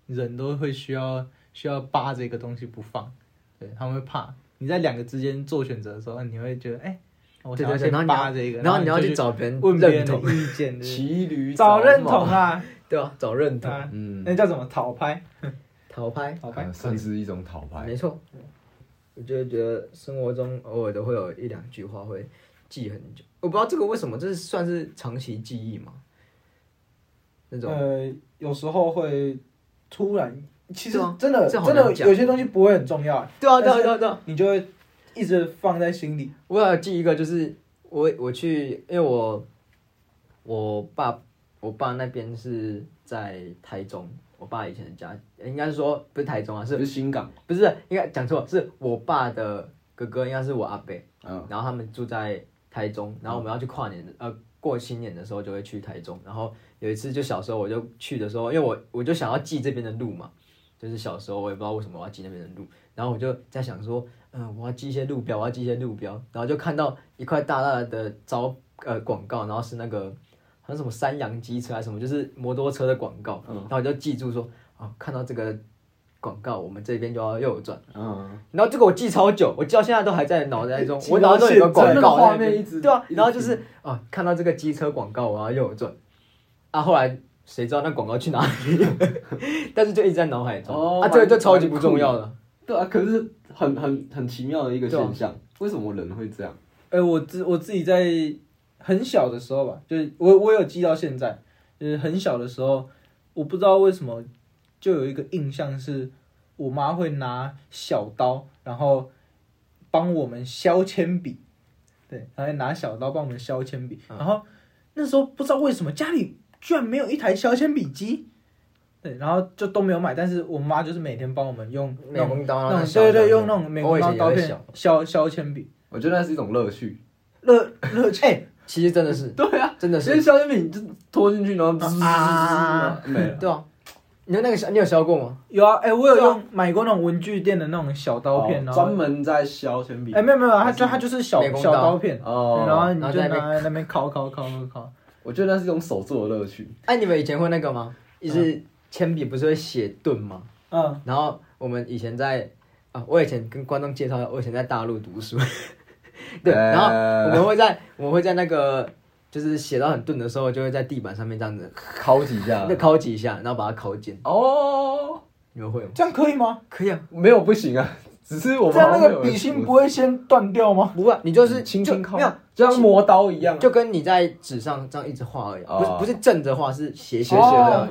Speaker 3: 人都会需要需要扒着一个东西不放，对，他们会怕。你在两个之间做选择的时候，你会觉得，哎、我想要
Speaker 2: 对对对
Speaker 3: 先
Speaker 2: 然后你要
Speaker 3: 扒着一个，
Speaker 2: 然后你要
Speaker 3: 就
Speaker 2: 去找别人
Speaker 3: 问别
Speaker 2: 认
Speaker 3: 人的
Speaker 2: 同，
Speaker 3: 意见，对
Speaker 4: 骑驴
Speaker 3: 嗯找认同
Speaker 4: 马，
Speaker 3: 啊，
Speaker 2: 对吧、找认
Speaker 3: 对
Speaker 2: 同，
Speaker 3: 啊，
Speaker 4: 嗯，
Speaker 3: 那叫什么讨拍？
Speaker 2: 讨拍，
Speaker 3: 讨
Speaker 4: 啊
Speaker 3: 拍，
Speaker 4: 算是一种讨牌，
Speaker 2: 没错。我就会觉得生活中偶尔都会有一两句话会记很久，我不知道这个为什么，这是算是长期记忆吗？那种、
Speaker 3: 呃，有时候会突然，其实
Speaker 2: 对啊
Speaker 3: 真的
Speaker 2: 这好
Speaker 3: 真的
Speaker 2: 难讲
Speaker 3: 有些东西不会很重要，
Speaker 2: 对啊对
Speaker 3: 但
Speaker 2: 啊
Speaker 3: 是
Speaker 2: 对啊对啊，
Speaker 3: 你就会一直放在心里。
Speaker 2: 我有记一个就是我我去，因为我我爸我爸那边是在台中，我爸以前的家应该是说不是台中啊，是
Speaker 4: 是不是新港？
Speaker 2: 不是，应该讲错，是我爸的哥哥，应该是我阿伯，
Speaker 4: 嗯，
Speaker 2: 然后他们住在台中，然后我们要去跨年，呃，过新年的时候就会去台中。然后有一次就小时候我就去的时候，因为我我就想要记这边的路嘛，就是小时候我也不知道为什么我要记那边的路，然后我就在想说，嗯、我要记一些路标，我要记一些路标，然后就看到一块大大的招呃广告，然后是那个好像什么三洋机车还是什么，就是摩托车的广告，
Speaker 4: 嗯
Speaker 2: 啊然后我就记住说，哦，看到这个。广告，我们这边就要右转。
Speaker 4: 嗯，
Speaker 2: 然后这个我记超久，我记到现在都还在脑袋中
Speaker 3: 记，到
Speaker 2: 我脑袋中有个广
Speaker 4: 现
Speaker 2: 告
Speaker 4: 在那个画
Speaker 2: 在边
Speaker 4: 面一直
Speaker 2: 对啊，
Speaker 4: 一直
Speaker 2: 然后就是啊，看到这个机车广告，我要右转。啊，后来谁知道那广告去哪里？ 但是就一直在脑海中。
Speaker 4: 哦
Speaker 2: 啊，这个就
Speaker 4: 蛮
Speaker 2: 超级不重要了。
Speaker 4: 对啊，可是很很很奇妙的一个
Speaker 2: 对啊
Speaker 4: 现象，为什么人会这样？
Speaker 3: 哎、我自我自己在很小的时候吧，就是我我有记到现在，就是很小的时候，我不知道为什么就有一个印象是，我妈会拿小刀，然后帮我们削铅笔，对，她会拿小刀帮我们削铅笔，
Speaker 2: 嗯
Speaker 3: 然后那时候不知道为什么家里居然没有一台削铅笔机。对，然后就都没有买，但是我妈就是每天帮我们用那
Speaker 2: 美
Speaker 3: 种
Speaker 2: 工刀，
Speaker 3: 那种
Speaker 2: 小
Speaker 3: 对
Speaker 2: 的
Speaker 3: 对，用那种美
Speaker 2: 我
Speaker 3: 工
Speaker 2: 以
Speaker 3: 刀
Speaker 2: 前
Speaker 3: 刀
Speaker 2: 也会
Speaker 3: 片
Speaker 2: 小
Speaker 3: 削削铅笔，
Speaker 4: 我觉得那是一种乐趣。
Speaker 3: 乐乐趣。
Speaker 2: 其实真的是，
Speaker 4: 对啊，
Speaker 2: 真的
Speaker 4: 所以
Speaker 2: 是，
Speaker 4: 消费品就拖进去，然后
Speaker 3: 啊
Speaker 4: 没了。
Speaker 2: 对啊。你有那个小，你有削过吗？
Speaker 3: 有啊，哎、我有
Speaker 4: 对啊
Speaker 3: 用买过那种文具店的那种小刀片，
Speaker 4: 哦
Speaker 3: 然后
Speaker 4: 专门在削铅笔
Speaker 3: 哎、。没有没有，它就
Speaker 4: 还是
Speaker 3: 它就是小
Speaker 2: 美工刀
Speaker 3: 小刀片，
Speaker 4: 哦，
Speaker 3: 然后你
Speaker 2: 然后
Speaker 3: 就
Speaker 2: 在
Speaker 3: 拿
Speaker 2: 那边
Speaker 3: 在那边敲敲敲敲敲，
Speaker 4: 我觉得那是一种手做的乐趣。
Speaker 2: 哎、你们以前会那个吗？就是铅笔不是会写顿吗？
Speaker 3: 嗯，
Speaker 2: 然后我们以前在啊，我以前跟观众介绍，我以前在大陆读 书，对，
Speaker 4: 呃
Speaker 2: 然后我们会在我们会在那个就是写到很钝的时候，就会在地板上面这样子
Speaker 4: 敲几下
Speaker 2: 那敲几下，然后把它敲尖。
Speaker 4: 哦，
Speaker 2: 你们会 吗？
Speaker 3: 这样可以吗？
Speaker 2: 可以啊，
Speaker 4: 没有不行啊， 只是我们
Speaker 3: 这样那
Speaker 4: 好像
Speaker 3: 个
Speaker 4: 没有
Speaker 3: 笔芯
Speaker 4: 人
Speaker 3: 不会先断掉吗？
Speaker 2: 不会啊，你就是
Speaker 4: 嗯轻
Speaker 2: 就
Speaker 4: 轻敲
Speaker 2: 没有，
Speaker 4: 就像磨刀一样啊，
Speaker 2: 就跟你在纸上这样一直画而已啊，不是
Speaker 4: 哦
Speaker 2: 不是正着画，是斜
Speaker 4: 斜
Speaker 2: 斜
Speaker 4: 斜
Speaker 2: 的
Speaker 3: 哦
Speaker 4: 的。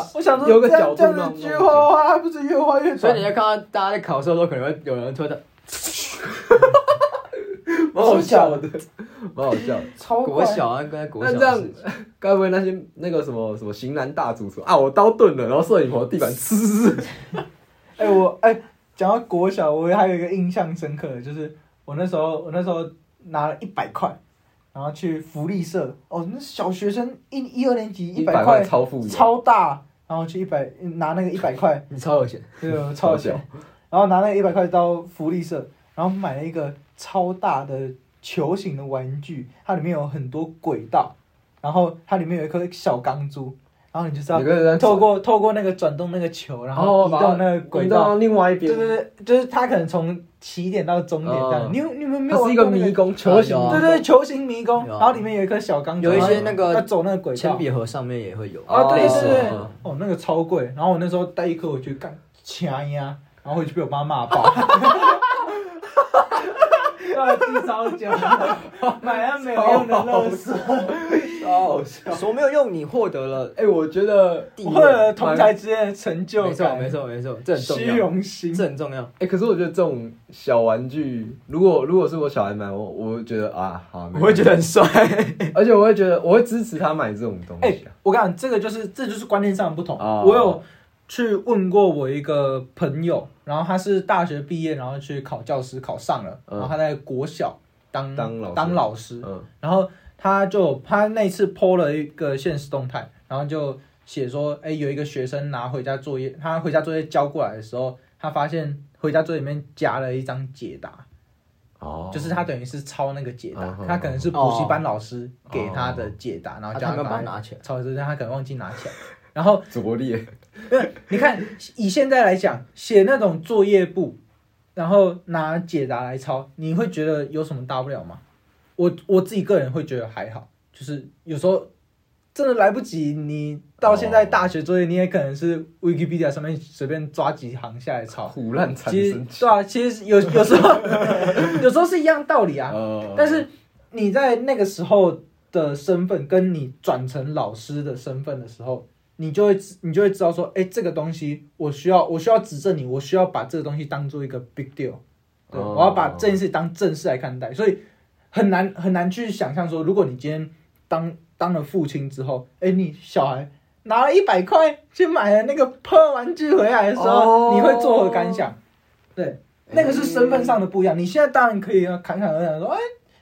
Speaker 4: 它
Speaker 3: 我想说
Speaker 4: 有个
Speaker 3: 这
Speaker 4: 角
Speaker 3: 样
Speaker 4: 度
Speaker 3: 这样
Speaker 4: 让
Speaker 3: 子
Speaker 4: 它
Speaker 3: 越画画，它不是越画越
Speaker 2: 所以
Speaker 3: 短
Speaker 2: 你？就看到大家在考试的时候，可能会有人推的
Speaker 4: 哦蛮好笑的， 蛮好笑的。
Speaker 3: 超
Speaker 2: 国
Speaker 3: 快，
Speaker 2: 小啊，跟国小的
Speaker 4: 那这样
Speaker 2: 事 情，
Speaker 4: 该不会那些那个什么什么型男大主厨啊，我刀钝了，然后摄影棚地 板呲呲呲
Speaker 3: 哎、我哎，讲、到国小，我还有一个印象深刻的，就是我那时候我那时候拿了一百块，然后去福利社，哦，那小学生一一二年级一百块
Speaker 4: 块超富有，
Speaker 3: 超大，然后去一百拿那个一百块，
Speaker 2: 你超有钱，
Speaker 3: 对，我超有钱，然后拿那个一百块到福利社，然后买了一个超大的球形的玩具，它里面有很多轨道，然后它里面有一颗小钢珠，然后你就是
Speaker 4: 有
Speaker 3: 要
Speaker 4: 个人
Speaker 3: 透过透过那个转动那个球，然后
Speaker 4: 哦
Speaker 3: 移
Speaker 4: 把
Speaker 3: 动那个轨
Speaker 4: 滚
Speaker 3: 道，
Speaker 4: 到另外一边
Speaker 3: 对，对对，就是它可能从起点到终
Speaker 2: 嗯
Speaker 3: 点这样，
Speaker 4: 哦
Speaker 3: 你有你们没有
Speaker 4: 它
Speaker 3: 玩
Speaker 4: 是一个
Speaker 3: 过那
Speaker 4: 迷宫
Speaker 2: 球形
Speaker 4: 球形，
Speaker 2: 迷宫
Speaker 3: 对对，球形迷宫，
Speaker 2: 有
Speaker 3: 然
Speaker 2: 啊
Speaker 3: 后里面有一颗小钢珠，
Speaker 2: 有一些
Speaker 3: 然后
Speaker 2: 那个
Speaker 3: 要走那个轨道
Speaker 2: 铅，笔盒上面也会有
Speaker 3: 啊，对
Speaker 2: 类
Speaker 3: 对
Speaker 2: 似
Speaker 3: 对
Speaker 2: 的
Speaker 3: 对，
Speaker 4: 哦
Speaker 3: 哦，那个超贵。然后我那时候带一颗回去干掐呀，然后回去被我妈 骂爆。要记超久，买了没有用的垃圾。
Speaker 4: 超哦好笑。
Speaker 2: 什么没有用，你获得了
Speaker 4: 哎、我觉得，
Speaker 2: 地
Speaker 3: 我
Speaker 2: 位。
Speaker 3: 会有同台之间的成就
Speaker 2: 没错，
Speaker 3: 感，
Speaker 2: 没错，没错，这很重
Speaker 3: 虚
Speaker 2: 要，
Speaker 3: 荣心。
Speaker 2: 这很重要。
Speaker 4: 哎、可是我觉得这种小玩具，如果如果是我小孩买，我我会觉得啊，好，
Speaker 2: 我会觉
Speaker 4: 得，
Speaker 2: 得很帅。
Speaker 4: 而且我会觉得，我会支持他买这种东
Speaker 3: 哎、
Speaker 4: 西、啊。
Speaker 3: 我跟你讲，这个就是这就是观念上的不同。
Speaker 4: 哦
Speaker 3: 我有去问过我一个朋友，然后他是大学毕业，然后去考教师，考上了，
Speaker 4: 嗯
Speaker 3: 然后他在国小当
Speaker 4: 当老师
Speaker 3: 当老师，
Speaker 4: 嗯，
Speaker 3: 然后他就他那次 PO 了一个现实动态，然后就写说，哎、有一个学生拿回家作业，他回家作业交过来的时候，他发现回家作业里面夹了一张解答，
Speaker 4: 哦
Speaker 3: 就是他等于是抄那个解答，
Speaker 4: 嗯嗯哦
Speaker 3: 他可能是补习班老师给他的解答，然
Speaker 2: 然
Speaker 3: 后
Speaker 2: 后
Speaker 3: 叫
Speaker 2: 他
Speaker 3: 他
Speaker 2: 们把它
Speaker 3: 拿来
Speaker 2: 拿起来，
Speaker 3: 抄，但他可能忘记拿起来。然后
Speaker 4: 拙劣，
Speaker 3: 你看，以现在来讲，写那种作业簿，然后拿解答来抄，你会觉得有什么大不了吗？我我自己个人会觉得还好，就是有时候真的来不及，你到现在
Speaker 4: 哦
Speaker 3: 大学作业，你也可能是 Wikipedia 上面随便抓几行下来抄。
Speaker 4: 胡乱产
Speaker 3: 其实
Speaker 4: 生。
Speaker 3: 对啊，其实有有时候 有时候是一样道理啊，
Speaker 4: 呃
Speaker 3: 但是你在那个时候的身份，跟你转成老师的身份的时候，你就会知你就会知道说，哎、这个东西我需要我需要指正你，我需要把这个东西当做一个 big deal，对、
Speaker 4: 哦
Speaker 3: 我要把这件事当正事来看待，所以很难很难去想象说，如果你今天当当了父亲之后，哎、你小孩。拿了一百块去买了那个破玩具回来的时候，
Speaker 4: 哦
Speaker 3: 你会作何感想？对，那个是身份上的不一样。你现在当然可以侃侃而谈说，哎、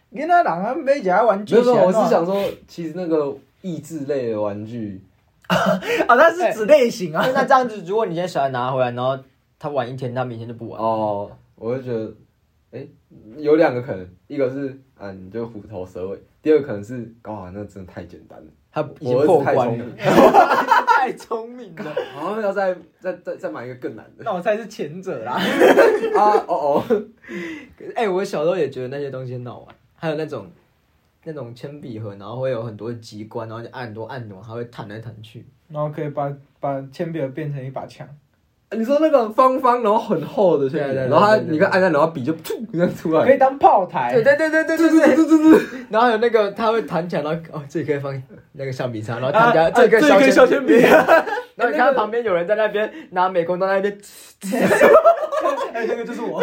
Speaker 3: 你那人啊买一下玩具
Speaker 4: 没有没有，我
Speaker 3: 是
Speaker 4: 是想说，其实那个益智类的玩具，
Speaker 3: 啊，那
Speaker 4: 哎
Speaker 3: 是指类型 啊。
Speaker 2: 那这样子，如果你今天小孩拿回来，然后他玩一天，他明天就不玩。
Speaker 4: 哦，我就觉得，哎、有两个可能，一个是啊，你就虎头蛇尾；第二个可能是，哇，那真的太简单了，
Speaker 2: 他已经
Speaker 4: 我儿
Speaker 2: 破
Speaker 4: 子太
Speaker 2: 关
Speaker 4: 聪
Speaker 2: 了，
Speaker 4: 明，
Speaker 3: 太聪 明了。
Speaker 4: 好像要再再再再买一个更难的
Speaker 3: 那我猜是前者啦。
Speaker 4: 啊！哦哦，
Speaker 2: 哎、我小时候也觉得那些东西很好玩，还有那种那种铅笔盒，然后会有很多机关，然后就按很多按钮，它会弹来弹去。
Speaker 3: 然后可以把把铅笔盒变成一把枪，
Speaker 4: 你说那个方方，然后很厚的铅
Speaker 2: 对
Speaker 4: 笔，
Speaker 2: 对对
Speaker 4: 然后它
Speaker 2: 对对对
Speaker 4: 你看按按，然后笔就噗这样出来
Speaker 3: 可，以当炮台。
Speaker 2: 对对对对对对对对对。然后有那个它会弹起来，然后哦这里可以放那个橡皮擦，然后弹起来、
Speaker 3: 啊
Speaker 2: 这里可以
Speaker 3: 啊这里可以
Speaker 2: 削
Speaker 3: 削
Speaker 2: 铅
Speaker 3: 铅
Speaker 2: 笔
Speaker 3: 笔。
Speaker 2: 然后你看旁边有人在那边拿美工刀在那边，
Speaker 3: 哎，那个就是 我，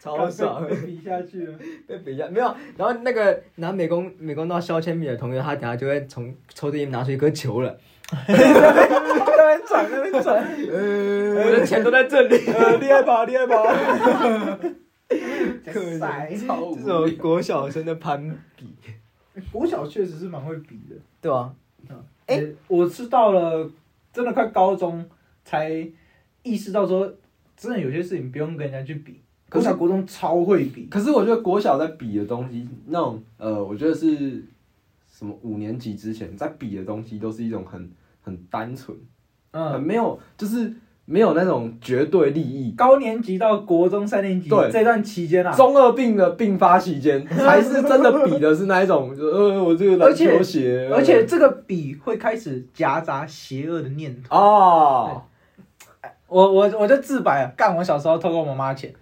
Speaker 2: 超爽。
Speaker 3: 被比下去 了。
Speaker 2: 被比较没有，然后那个拿美工美工刀削铅笔的同学，他等下就会从抽屉里面拿出一颗球了，
Speaker 3: 那边转，那边转，
Speaker 2: 我的钱都在这 里。
Speaker 3: 呃，厉害吧，厉害吧。
Speaker 2: 可怜
Speaker 4: 超无
Speaker 2: 这
Speaker 4: 聊
Speaker 2: 种国小生的攀比，
Speaker 3: 国小确实是蛮会比的。
Speaker 2: 对啊，
Speaker 3: 哎、我是到了真的快高中才意识到说，真的有些事情不用跟人家去比。
Speaker 4: 可
Speaker 3: 国
Speaker 4: 是
Speaker 3: 小国中超会比，
Speaker 4: 可是我觉得国小在比的东西，那种呃，我觉得是什么五年级之前在比的东西，都是一种很很单纯，很
Speaker 3: 嗯，
Speaker 4: 没有，就是没有那种绝对利益。
Speaker 3: 高年级到国中三年级
Speaker 4: 对
Speaker 3: 这段期间啊，
Speaker 4: 中二病的并发期间，才是真的比的是那一种，就是呃，我这个篮球鞋，
Speaker 3: 而且这个比会开始夹杂邪恶的念头。
Speaker 4: 呃
Speaker 2: 哎
Speaker 4: 哦
Speaker 3: 我我我就自白了，干我小时候偷过我妈钱，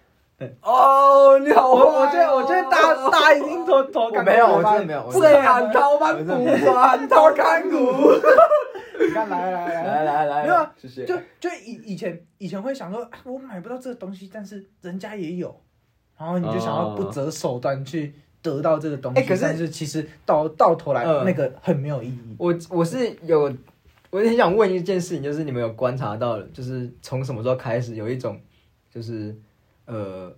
Speaker 4: 哦，你好
Speaker 3: 我
Speaker 4: 坏
Speaker 3: 我
Speaker 4: 哦，
Speaker 3: 觉得我觉得大家大家一定偷偷
Speaker 2: 啊我
Speaker 3: 干过
Speaker 2: 没有，我
Speaker 3: 妈
Speaker 2: 真的
Speaker 3: 钱啊
Speaker 2: 没有。我
Speaker 4: 不
Speaker 2: 真的
Speaker 4: 敢掏曼谷，敢掏看骨。
Speaker 3: 你看来来来
Speaker 2: 来
Speaker 3: 来，
Speaker 2: 来来，
Speaker 3: 没有啊
Speaker 4: 谢谢。
Speaker 3: 就就以以前以前会想说，啊我买不到这个东西，但是人家也有，然后你就想要不择手段去得到这个东西。
Speaker 2: 哎可是
Speaker 3: 但哦是其实到到头来、
Speaker 2: 嗯
Speaker 3: 那个很没有意义。
Speaker 2: 我我是有，我很想问一件事情，就是你们有观察到，就是从什么时候开始有一种，就是呃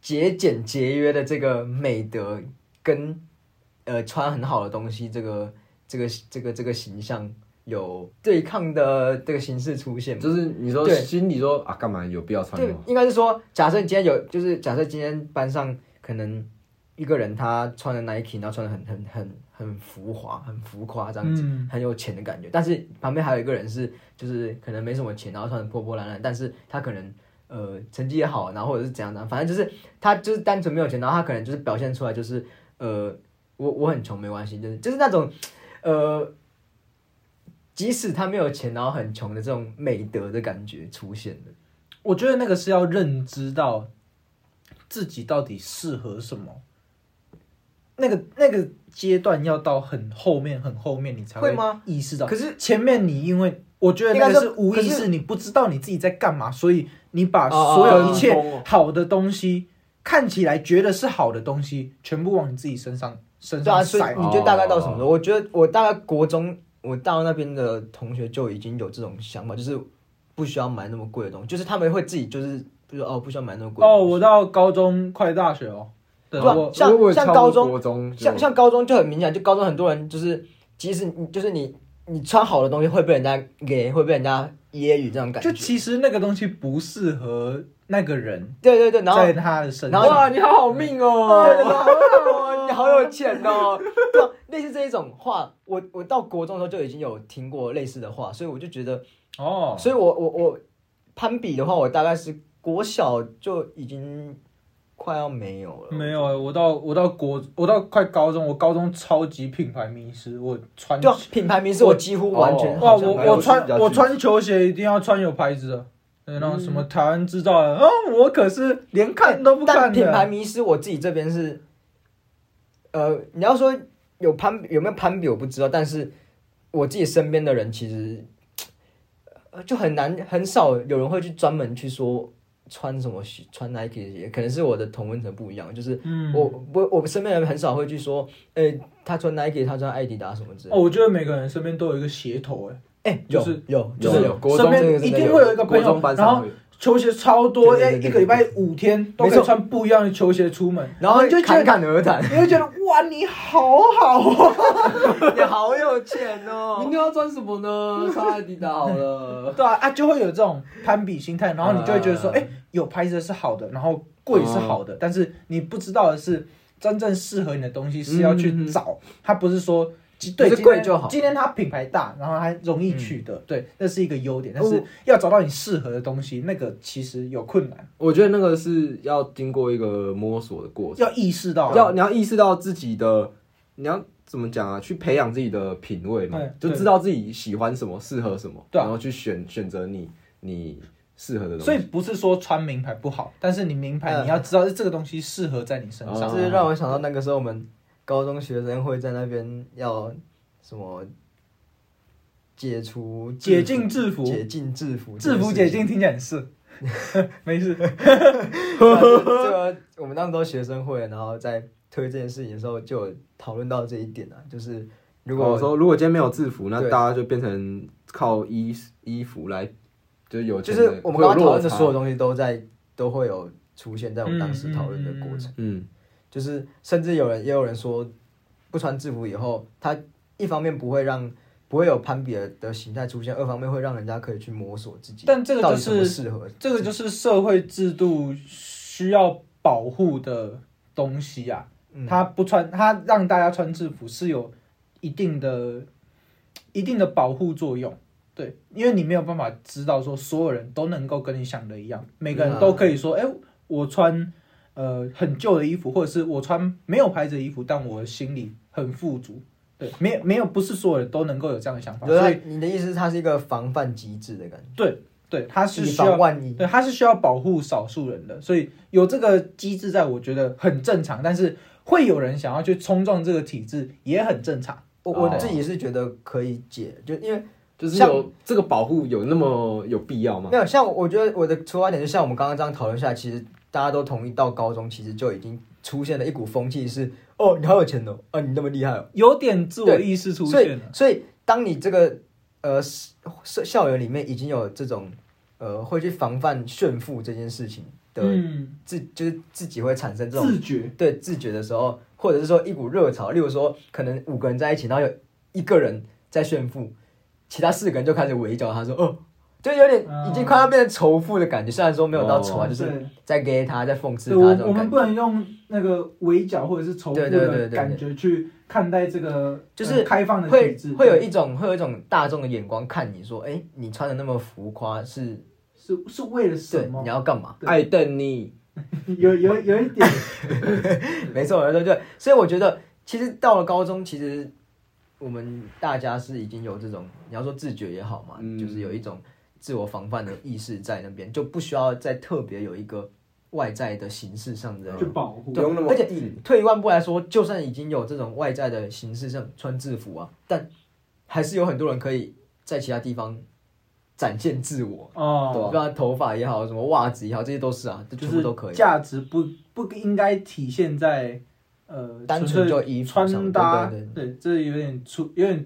Speaker 2: 节俭节约的这个美德跟呃穿很好的东西这个这个这个这个形象有对抗的这个形式出现吗？
Speaker 4: 就是你说
Speaker 2: 对
Speaker 4: 心里说啊，干嘛有必要穿
Speaker 2: 对
Speaker 4: 吗？，
Speaker 2: 应该是说，假设你今天有，就是假设今天班上可能一个人他穿的 Nike，然后穿的很很很很浮华、很浮夸这样子，
Speaker 3: 嗯
Speaker 2: 很有钱的感觉。但是旁边还有一个人是，就是可能没什么钱，然后穿的破破烂烂，但是他可能呃成绩也好，然后或者是怎样怎样，反正就是他就是单纯没有钱，然后他可能就是表现出来就是呃我我很穷没关系，就是就是那种呃。即使他没有钱，然后很穷的这种美德的感觉出现了。
Speaker 3: 我觉得那个是要认知到自己到底适合什么。那个那个阶段要到很后面很后面，你才
Speaker 2: 会吗
Speaker 3: 意识到。
Speaker 2: 可是
Speaker 3: 前面你因为我觉得
Speaker 2: 应
Speaker 3: 那
Speaker 2: 该
Speaker 3: 个
Speaker 2: 是
Speaker 3: 是无意
Speaker 2: 可
Speaker 3: 识，你不知道你自己在干嘛，所以你把
Speaker 2: 哦哦哦
Speaker 3: 所有一切
Speaker 4: 跟风哦
Speaker 3: 好的东西，看起来觉得是好的东西，全部往你自己身上身
Speaker 2: 对啊，
Speaker 3: 上
Speaker 2: 所以
Speaker 3: 塞。
Speaker 2: 你就大概到什么时候？
Speaker 4: 哦
Speaker 2: 我觉得我大概国中，我到那边的同学就已经有这种想法，就是不需要买那么贵的东西，就是他们会自己就是，比如说哦，不需要买那么贵的
Speaker 3: 哦，
Speaker 2: 东西。
Speaker 3: 我到高中快大学哦，对，
Speaker 2: 对啊
Speaker 3: 我
Speaker 2: 像
Speaker 4: 我我也
Speaker 2: 像
Speaker 4: 差不
Speaker 2: 高
Speaker 4: 多
Speaker 2: 中
Speaker 4: 国中就
Speaker 2: 像像高中就很明显，就高中很多人就是，即使你就是你你穿好的东西会被人家给，会被人家揶揄这种感觉
Speaker 3: 就。其实那个东西不适合那个人，
Speaker 2: 对对对，然后
Speaker 3: 在他的身
Speaker 2: 然后
Speaker 3: 上。
Speaker 4: 哇，你好好
Speaker 2: 对
Speaker 4: 命
Speaker 2: 对对，
Speaker 4: 哦。
Speaker 2: 好有你好有钱哦！对啊，类似这一种话，我我到国中的时候就已经有听过类似的话，所以我就觉得
Speaker 3: 哦，
Speaker 2: 所以我我我攀比的话，我大概是国小就已经快要没有了。
Speaker 3: 没有欸，我到我到国，我到快高中，我高中超级品牌迷失，我穿
Speaker 2: 对啊，品牌名是我几乎完全
Speaker 4: 哦
Speaker 3: 哇，
Speaker 2: 好像
Speaker 3: 我
Speaker 2: 没有
Speaker 3: 我穿
Speaker 4: 比较
Speaker 3: 我
Speaker 4: 具体
Speaker 3: 穿球鞋一定要穿有牌子的，对那种什么
Speaker 2: 嗯
Speaker 3: 台湾制造的，哦，我可是连看都不
Speaker 2: 但
Speaker 3: 看
Speaker 2: 品牌
Speaker 3: 的。
Speaker 2: 迷失，我自己这边是，呃，你要说有攀有没有攀比，我不知道，但是我自己身边的人其实呃就很难很少有人会去专门去说穿什么鞋，穿 Nike 的鞋，可能是我的同温层不一样，就是
Speaker 3: 嗯，
Speaker 2: 我我我身边的人很少会去说，呃，他穿 Nike，他穿艾迪达什么之类的
Speaker 3: 哦，。我觉得每个人身边都有一个鞋头，哎，
Speaker 2: 哎、
Speaker 3: 就
Speaker 2: 有
Speaker 3: 是
Speaker 2: 有
Speaker 3: 就
Speaker 2: 有
Speaker 3: 是
Speaker 2: 有，国
Speaker 3: 身
Speaker 2: 中这个
Speaker 3: 边
Speaker 2: 真
Speaker 3: 一
Speaker 2: 的
Speaker 3: 定
Speaker 2: 有
Speaker 3: 会有一个
Speaker 4: 国
Speaker 3: 朋
Speaker 4: 中
Speaker 3: 友，
Speaker 4: 班
Speaker 3: 然
Speaker 4: 上
Speaker 3: 后
Speaker 4: 会，
Speaker 3: 球鞋超多，
Speaker 2: 对对
Speaker 3: 哎，
Speaker 2: 对对
Speaker 3: 一个礼拜五天都可
Speaker 2: 没
Speaker 3: 以
Speaker 2: 错
Speaker 3: 穿不一样的球鞋出门，
Speaker 2: 然后
Speaker 3: 你就觉
Speaker 2: 侃
Speaker 3: 得
Speaker 2: 侃而 谈，
Speaker 3: 你会觉得哇，你好好哦，
Speaker 2: 你好有钱哦
Speaker 4: 明。天要穿什么呢？穿艾迪达好了。
Speaker 3: 对啊，啊就会有这种攀比心态，然后你就会觉得说，
Speaker 2: 嗯
Speaker 3: 哎、有拍摄是好的，然后贵是好的，但是你不知道的是，真正适合你的东西是要去找，它不是说今对
Speaker 2: 就是
Speaker 3: 今
Speaker 2: 贵
Speaker 3: 天
Speaker 2: 就好
Speaker 3: 今天它品牌大，然后它容易取得，对，那是一个优点。但是
Speaker 4: 哦
Speaker 3: 要找到你适合的东西，那个其实有困难，
Speaker 4: 我觉得那个是要经过一个摸索的过程，
Speaker 3: 要意识
Speaker 2: 啊
Speaker 3: 到啊
Speaker 4: 要你要意识到自己的，你要怎么讲啊？去培养自己的品味嘛
Speaker 3: 哎，
Speaker 4: 就
Speaker 3: 对
Speaker 4: 知道自己喜欢什么，适合什么，
Speaker 3: 对啊
Speaker 4: 然后去选选择你你适合的东西。
Speaker 3: 所以不是说穿名牌不好，但是你名牌
Speaker 2: 嗯
Speaker 3: 你要知道这个东西适合在你身
Speaker 4: 哦
Speaker 3: 上。
Speaker 2: 这让我想到那个时候我们高中学生会在那边要什么解除制服
Speaker 3: 解禁制服
Speaker 2: 解禁制服，
Speaker 3: 制服解禁。听起来很是， 没事。
Speaker 2: 这 个啊我们那时候学生会，然后在推这件事情的时候就有讨论到这一点啊，就是如果
Speaker 3: 哦
Speaker 4: 我哦说如果今天没有制服，那
Speaker 2: 对
Speaker 4: 大家就变成靠衣衣服来，就是有
Speaker 2: 就
Speaker 4: 钱人
Speaker 2: 是我们
Speaker 4: 会有
Speaker 2: 刚刚讨论
Speaker 4: 落
Speaker 2: 的
Speaker 4: 差
Speaker 2: 所有东西都在都会有出现在我们当时讨论的过程，
Speaker 4: 嗯，
Speaker 2: 就是甚至有人也有人说，不穿制服以后，它一方面不会让不会有攀比的的形态出现，二方面会让人家可以去摸索自己，
Speaker 3: 但这个
Speaker 2: 到
Speaker 3: 就
Speaker 2: 底什么
Speaker 3: 是
Speaker 2: 适合，
Speaker 3: 这个就是社会制度需要保护的东西啊。
Speaker 2: 嗯
Speaker 3: 他不穿，他让大家穿制服是有一定的、一定的保护作用。对，因为你没有办法知道说所有人都能够跟你想的一样，每个人都可以说，
Speaker 2: 嗯
Speaker 3: 哎、我穿呃很旧的衣服，或者是我穿没有牌子的衣服，但我心里很富足。对，没有没有，不是所有人都能够有这样的想法，
Speaker 2: 就是
Speaker 3: 所
Speaker 2: 它
Speaker 3: 以
Speaker 2: 你的意思是它是一个防范机制的感觉，
Speaker 3: 对他是
Speaker 2: 以
Speaker 3: 需要
Speaker 2: 防万一。
Speaker 3: 对，它是需要保护少数人的，所以有这个机制在，我觉得很正常。但是会有人想要去冲撞这个体制，也很正常。
Speaker 2: 我
Speaker 4: 哦
Speaker 2: 我自己是觉得可以解，就因为
Speaker 4: 就是
Speaker 2: 像
Speaker 4: 有这个保护有那么有必要吗？
Speaker 2: 没有像我我觉得我的出发点就像我们刚刚这样讨论下来，其实大家都同意到高中其实就已经出现了一股风气是哦你好有钱哦，啊你那么厉害哦，
Speaker 3: 有点自我意识出
Speaker 2: 所以
Speaker 3: 现了，
Speaker 2: 所以当你这个呃是是校园里面已经有这种呃会去防范炫富这件事情的、
Speaker 3: 嗯，
Speaker 2: 自就是自己会产生这种
Speaker 3: 自觉，
Speaker 2: 对自觉的时候，或者是说一股热潮，例如说可能五个人在一起，然后有一个人在炫富，其他四个人就开始围剿他说，哦，就有点
Speaker 3: 嗯
Speaker 2: 已经快要变成仇富的感觉。虽然说没有到仇啊，
Speaker 4: 哦
Speaker 2: 就是
Speaker 3: 对
Speaker 2: 在 gay 他，在讽刺
Speaker 3: 对，
Speaker 2: 他
Speaker 3: 我
Speaker 2: 这
Speaker 3: 我
Speaker 2: 种
Speaker 3: 们
Speaker 2: 感
Speaker 3: 不
Speaker 2: 觉。
Speaker 3: 能用那个围剿或者是仇富
Speaker 2: 对对对对
Speaker 3: 的
Speaker 2: 对
Speaker 3: 感觉去看待这个，
Speaker 2: 就是
Speaker 3: 呃开放的
Speaker 2: 会
Speaker 3: 体制，
Speaker 2: 会有
Speaker 3: 对
Speaker 2: 一种会有一种大众的眼光看你说，哎，你穿的那么浮夸，是
Speaker 3: 是是为了
Speaker 2: 对
Speaker 3: 什么
Speaker 2: 你？要干嘛？
Speaker 3: 对
Speaker 4: 爱瞪你，
Speaker 3: 有有有一点，
Speaker 2: 没错，没错，对。所以我觉得，其实到了高中，其实我们大家是已经有这种，你要说自觉也好嘛，
Speaker 4: 嗯
Speaker 2: 就是有一种自我防范的意识在那边，就不需要再特别有一个外在的形式上的。
Speaker 3: 去保护
Speaker 4: 不。用那么
Speaker 2: 而且
Speaker 4: 硬。
Speaker 2: 退一万步来说，就算已经有这种外在的形式上穿制服啊，但还是有很多人可以在其他地方展现自我，
Speaker 3: 哦，
Speaker 2: 不然头发也好，什么袜子也好，这些都是啊，这
Speaker 3: 就
Speaker 2: 全部
Speaker 3: 是
Speaker 2: 都可以。
Speaker 3: 价值不不应该体现在呃
Speaker 2: 单
Speaker 3: 纯
Speaker 2: 纯
Speaker 3: 粹
Speaker 2: 就衣服上
Speaker 3: 穿搭，
Speaker 2: 对
Speaker 3: 对，这有点粗，有点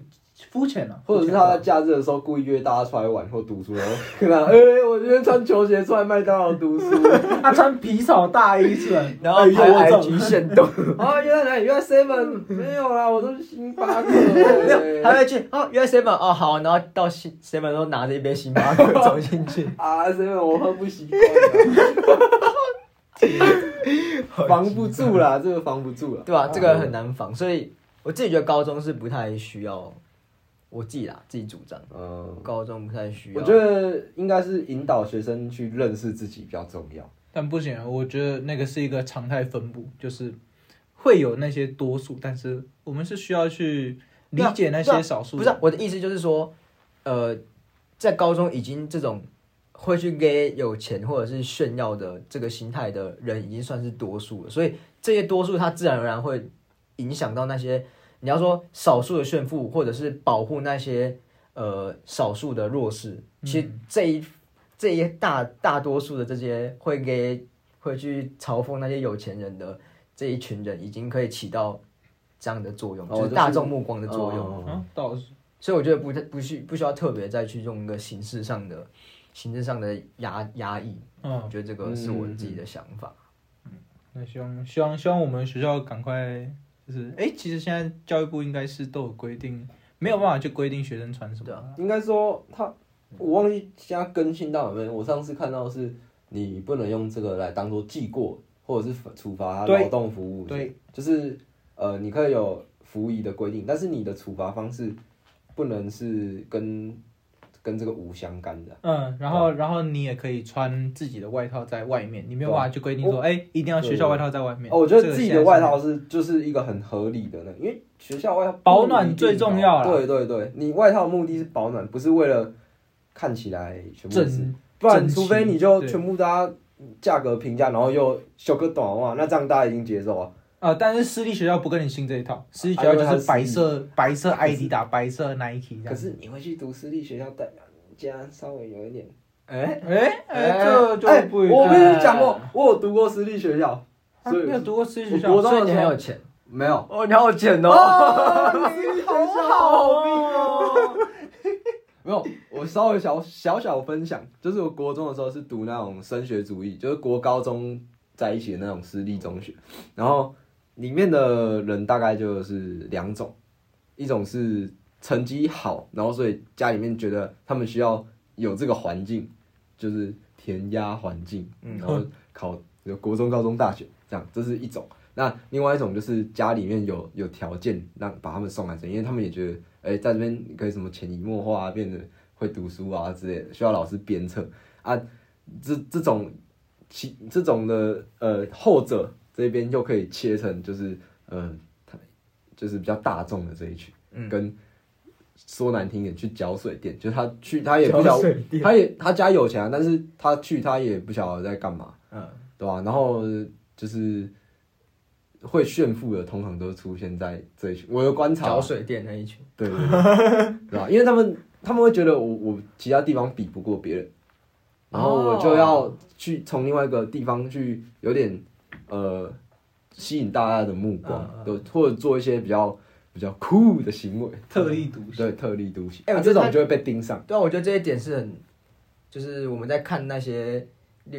Speaker 3: 肤浅了，
Speaker 4: 或者是他在假日的时候故意约大家出来玩或读书，然后跟他， 哎、我今天穿球鞋出来麦当劳读书，
Speaker 3: 他穿皮草大衣出来，
Speaker 2: 然后
Speaker 3: 哎呦
Speaker 2: 拍
Speaker 3: 我走
Speaker 2: IG 限动，
Speaker 4: 啊，原来哪里？原来 Seven
Speaker 2: 嗯
Speaker 4: 没有啦，我都是星巴 克、欸，
Speaker 2: 他会去哦，原来 seven 哦好，然后到 seven 都拿着一杯星巴克走进 去，
Speaker 4: 啊，Seven 我喝不习惯 啦，防不住啦，这个防不住啦。
Speaker 2: 对吧？这个很难防，所以我自己觉得高中是不太需要，我自己啦，自己主张，
Speaker 4: 嗯，
Speaker 2: 高中不太呃需要。
Speaker 4: 我觉得应该是引导学生去认识自己比较重要。
Speaker 3: 但不行，啊我觉得那个是一个常态分布，就是会有那些多数，但是我们是需要去理解那些少数
Speaker 2: 不是啊、我的意思就是说，呃，在高中已经这种会去给有钱或者是炫耀的这个心态的人，已经算是多数了。所以这些多数，它自然而然会影响到那些你要说少数的炫富，或者是保护那些呃少数的弱势。其实这一这一大大多数的这些会给会去嘲讽那些有钱人的这一群人，已经可以起到。这样的作用，就
Speaker 4: 哦
Speaker 2: 是
Speaker 4: 就是
Speaker 2: 大众目光的作用。
Speaker 4: 哦
Speaker 3: 啊，倒是
Speaker 2: 所以我觉得不太不需不需要特别再去用一个形式上的形式上的压压抑，
Speaker 3: 嗯
Speaker 2: 我，觉得这个是我自己的想法。
Speaker 3: 那希望希望希望我们学校赶快就是，哎、其实现在教育部应该是都有规定，没有办法去规定学生穿什么
Speaker 2: 对啊
Speaker 3: 了。
Speaker 4: 应该说他，我忘记现在更新到哪边。我上次看到的是，你不能用这个来当做记过，或者是处罚
Speaker 3: 对
Speaker 4: 劳动服务。
Speaker 3: 对，
Speaker 4: 就是呃，你可以有服役的规定，但是你的处罚方式不能是跟跟这个无相干的。
Speaker 3: 嗯，然后然后你也可以穿自己的外套在外面，你没有
Speaker 4: 对
Speaker 3: 办
Speaker 4: 啊
Speaker 3: 法去规定说，哎、一定要学校外套在外面。
Speaker 4: 哦，我觉
Speaker 3: 这
Speaker 4: 得
Speaker 3: 个
Speaker 4: 自己
Speaker 3: 现在
Speaker 4: 的
Speaker 3: 是
Speaker 4: 外套是就是一个很合理的那个，因为学校外套
Speaker 3: 保暖最重要啦
Speaker 4: 对对对，你外套的目的是保暖，不是为了看起来全部是，
Speaker 3: 正
Speaker 4: 不然
Speaker 3: 整齐
Speaker 4: 除非你就
Speaker 3: 对
Speaker 4: 全部大家价格平价，然后又修个短袜，那这样大家已经接受啊。
Speaker 3: 呃，但是私立学校不跟你信这一套，私立学
Speaker 4: 啊
Speaker 3: 校
Speaker 4: 因为
Speaker 3: 就
Speaker 4: 它
Speaker 3: 是
Speaker 4: 是
Speaker 3: 白
Speaker 4: 私立
Speaker 3: 色白色艾迪达、白色 Nike 这
Speaker 4: 可
Speaker 3: 样。
Speaker 4: 是你会去读私立学校，代表你家稍微有一点。
Speaker 2: 哎、
Speaker 3: 哎哎，
Speaker 2: 哎
Speaker 3: 这就
Speaker 4: 哎
Speaker 3: 不一
Speaker 4: 我
Speaker 3: 样哎
Speaker 4: 跟你讲过，我有读过私立学校，
Speaker 3: 啊
Speaker 4: 所以
Speaker 3: 你有读过私立学
Speaker 4: 我
Speaker 3: 校
Speaker 4: 国？中
Speaker 2: 所以你很有钱
Speaker 4: 没有。
Speaker 2: 哦，你好有钱哦，
Speaker 4: 哦， 私立学校好命
Speaker 3: 哦，
Speaker 4: 没有，我稍微小小小分享，就是我国中的时候是读那种升学主义，就是国高中在一起的那种私立中学，然后里面的人大概就是两种，一种是成绩好，然后所以家里面觉得他们需要有这个环境，就是填鸭环境，
Speaker 2: 嗯
Speaker 4: 然后考有国中、高中、大学这样，这是一种。那另外一种就是家里面有有条件让把他们送来这里，因为他们也觉得，哎、在这边可以什么潜移默化啊，变得会读书啊之类的，需要老师鞭策啊。这这种其这种的呃后者这边又可以切成就是呃，他就是比较大众的这一群，
Speaker 2: 嗯
Speaker 4: 跟说难听点去搅水店，就是他去他也不
Speaker 2: 搅
Speaker 4: 晓
Speaker 2: 水电，
Speaker 4: 他也他家有钱、啊，但是他去他也不晓得在干嘛。
Speaker 2: 嗯，
Speaker 4: 对吧、然后呃就是会炫富的，通常都出现在这一群。我有观察
Speaker 2: 找，嗯水电那一群，
Speaker 4: 对对对，对 吧、因为他们他们会觉得我我其他地方比不过别人，然后我就要去从另外一个地方去有点呃吸引大家的目光
Speaker 2: 嗯嗯，
Speaker 4: 对，或者做一些比较比较酷的行为，
Speaker 3: 特立独行。
Speaker 4: 对特立独行。
Speaker 2: 哎
Speaker 4: 哎、
Speaker 2: 我觉得
Speaker 4: 这种
Speaker 2: 他
Speaker 4: 就会被盯上。
Speaker 2: 对啊，我觉得这一点是很，就是我们在看那些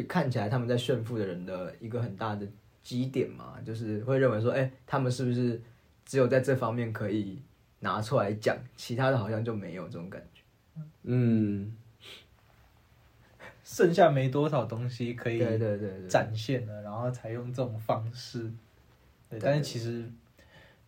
Speaker 2: 看起来他们在炫富的人的一个很大的基点嘛，就是会认为说，哎、他们是不是只有在这方面可以拿出来讲，其他的好像就没有这种感觉。
Speaker 4: 嗯，
Speaker 3: 剩下没多少东西可以
Speaker 2: 对对对对，
Speaker 3: 展现了，然后才用这种方式。对，
Speaker 2: 对
Speaker 3: 但是其实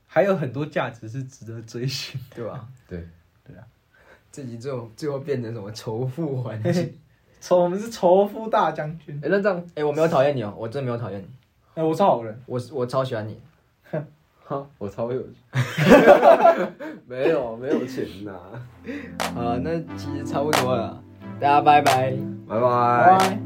Speaker 3: 还有很多价值是值得追寻。
Speaker 2: 对吧？
Speaker 4: 对
Speaker 3: 对啊，
Speaker 2: 自己最后最后变成什么仇富环 境？
Speaker 3: 仇，我们是仇富大将军
Speaker 4: 哎、。那这样
Speaker 2: 哎、我没有讨厌你哦，我真的没有讨厌你，
Speaker 3: 哎、我是好人。
Speaker 2: 我我超喜欢你。
Speaker 4: 哈，我超有钱，没有没有钱呐、
Speaker 2: 嗯呃好了，那其实差不多了，大家拜拜。
Speaker 4: 拜拜
Speaker 3: 拜。